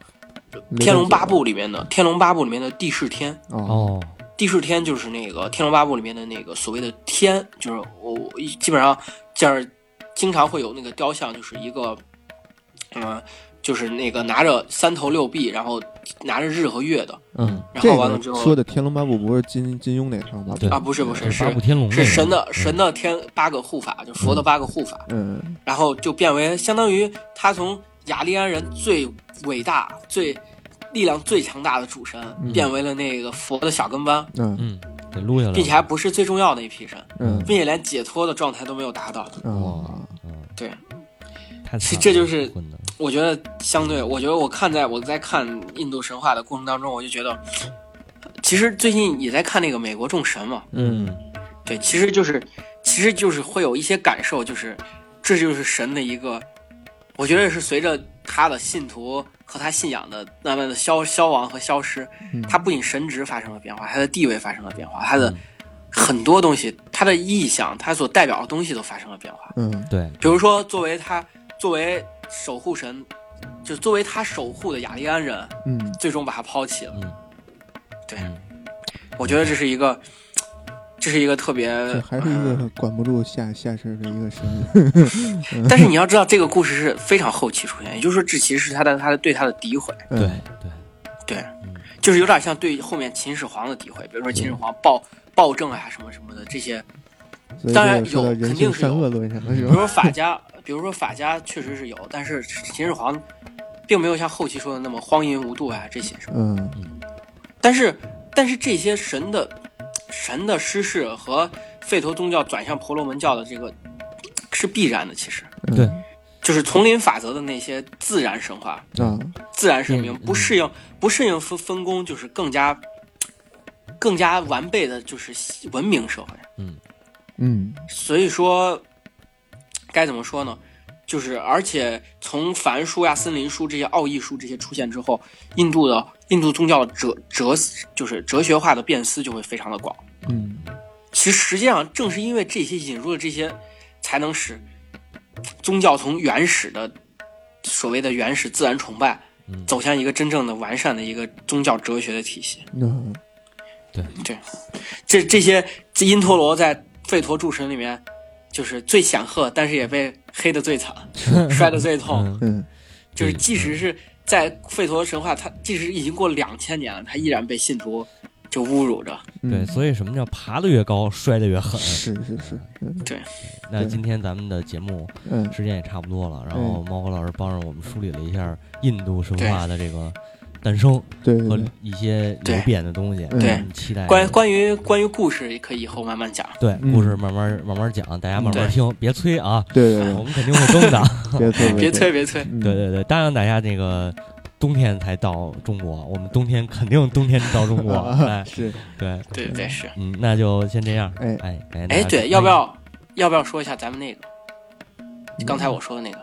S4: 没
S3: 天龙
S4: 感觉
S3: 八部》里面的《天龙八部》里面的帝释天。
S4: 哦，
S2: 哦，
S3: 帝释天就是那个《天龙八部》里面的那个所谓的天，就是我我一基本上就是经常会有那个雕像，就是一个，嗯、就是那个拿着三头六臂，然后拿着日和月的
S4: 嗯，
S3: 然后
S4: 这个
S3: 完了之后
S4: 说的《天龙八部》不是金金庸那《天龙八部
S2: 对》
S3: 啊，，不是不是
S2: 八
S3: 是
S2: 部嗯天龙
S3: 是神的神的天八个护法，就是佛的八个护法，
S4: 嗯
S3: 然后就变为相当于他从雅利安人最伟大、最力量最强大的主神，变为了那个佛的小跟班，
S4: 嗯
S2: 嗯，给撸下来，
S3: 并且还不是最重要的一批神。
S4: 嗯
S3: 并且连解脱的状态都没有达到。
S4: 啊，
S2: 嗯，
S3: 对，
S2: 太
S3: 是这就是
S2: 混的，
S3: 我觉得相对，我觉得我看在我在看印度神话的过程当中，我就觉得，其实最近也在看那个美国众神嘛，
S2: 嗯
S3: 对，其实就是其实就是会有一些感受，就是这就是神的一个。我觉得是随着他的信徒和他信仰的慢慢的消消亡和消失，
S4: 嗯
S3: 他不仅神职发生了变化，他的地位发生了变化，他的
S2: 嗯
S3: 很多东西，他的意向，他所代表的东西都发生了变化。
S4: 嗯
S2: 对，
S3: 比如说，作为他作为守护神，就作为他守护的雅利安人，
S4: 嗯，
S3: 最终把他抛弃了。
S2: 嗯，
S3: 对
S2: 嗯，
S3: 我觉得这是一个，这是一个特别
S4: 这还是一
S3: 呃
S4: 个管不住下下身的一个神，
S3: 但是你要知道，这个故事是非常后期出现，也就是说，这其实是他的他的对他的诋毁，
S2: 对
S4: 嗯
S2: 对，
S3: 对
S2: 嗯，
S3: 就是有点像对后面秦始皇的诋毁，比如说秦始皇暴暴政啊什么什么的这
S4: 嗯
S3: 些，
S4: 所以
S3: 当然
S4: 这个说
S3: 有
S4: 到人
S3: 肯定
S4: 性
S3: 是有嗯
S4: 善恶论上了是
S3: 比如
S4: 吧？
S3: 说法家，比如说法家确实是有，但是秦始皇并没有像后期说的那么荒淫无度啊这些什么，
S4: 嗯
S3: 但是但是这些神的神的失势和吠陀宗教转向婆罗门教的这个是必然的，其实
S4: 嗯
S2: 对
S3: 就是丛林法则的那些自然神话，
S4: 啊，
S3: 自然神明
S2: 嗯，
S3: 不适应不适应分分工，就是更加更加完备的，就是文明社会。
S4: 嗯
S3: 所以说，该怎么说呢？就是而且从梵书呀、森林书这些奥义书这些出现之后，印度的印度宗教的哲哲就是哲学化的变思就会非常的广。
S4: 嗯
S3: 其实实际上正是因为这些引入了这些，才能使宗教从原始的所谓的原始自然崇拜
S2: 嗯，
S3: 走向一个真正的完善的一个宗教哲学的体系。
S4: 嗯
S3: 这这些这因陀罗在吠陀诸神里面就是最显赫，但是也被黑的最惨，摔的最痛。
S2: 嗯，
S4: 嗯
S3: 就是即使是在吠陀神话，它即使已经过两千年了，它依然被信徒就侮辱着。
S4: 嗯
S2: 对，所以什么叫爬得越高，摔得越狠？
S4: 是是是，嗯
S2: 那
S4: 对
S2: 今天咱们的节目
S4: 嗯
S2: 时间也差不多了，然后猫哥老师帮着我们梳理了一下印度神话的这个诞生
S4: 对对
S2: 和
S4: 对，
S2: 一些
S3: 对
S2: 流变的东西，
S4: 对
S2: 我们期待
S3: 关关于关于故事，可以以后慢慢讲。
S2: 对
S4: 嗯
S2: 故事慢慢慢慢讲，大家慢慢
S3: 对
S2: 听，别催啊，
S4: 对对
S2: 我们肯定会更 的。
S4: 对，别催
S3: 别，催，别催。
S4: 嗯
S2: 对对对，当然大家那个冬天才到中国，我们冬天肯定冬天到中 国，哎
S4: 啊，是
S2: 对，
S3: 对对是。
S2: 嗯，那就先这样，
S4: 哎
S2: 哎感谢大
S3: 哎，
S2: 家
S3: 对，要不要要不要说一下咱们那个刚才我说的那个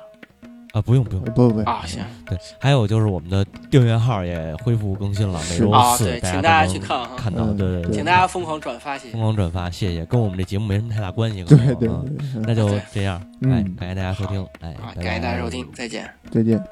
S2: 啊？不用不用，
S4: 不不
S3: 啊？行
S2: 对，还有就是我们的订阅号也恢复更新了，每
S4: 是
S2: 周
S3: 啊，
S2: 四
S3: 对，请
S2: 都
S3: 大家
S2: 能
S3: 去看哈，
S2: 看到，
S4: 嗯
S2: 对对
S4: 对
S2: 对，
S3: 请大家疯狂转发，谢谢
S2: 疯。狂转发，谢谢，跟我们这节目没什么太大关系，
S4: 对
S2: 可能
S4: 对对，
S2: 啊
S4: 嗯
S2: 那就
S3: 对
S2: 这样，
S4: 嗯
S2: 哎，感谢大家收听，哎
S3: 啊，，
S2: 拜
S3: 感谢大家
S2: 拜
S3: 收听，再见。
S4: 再见。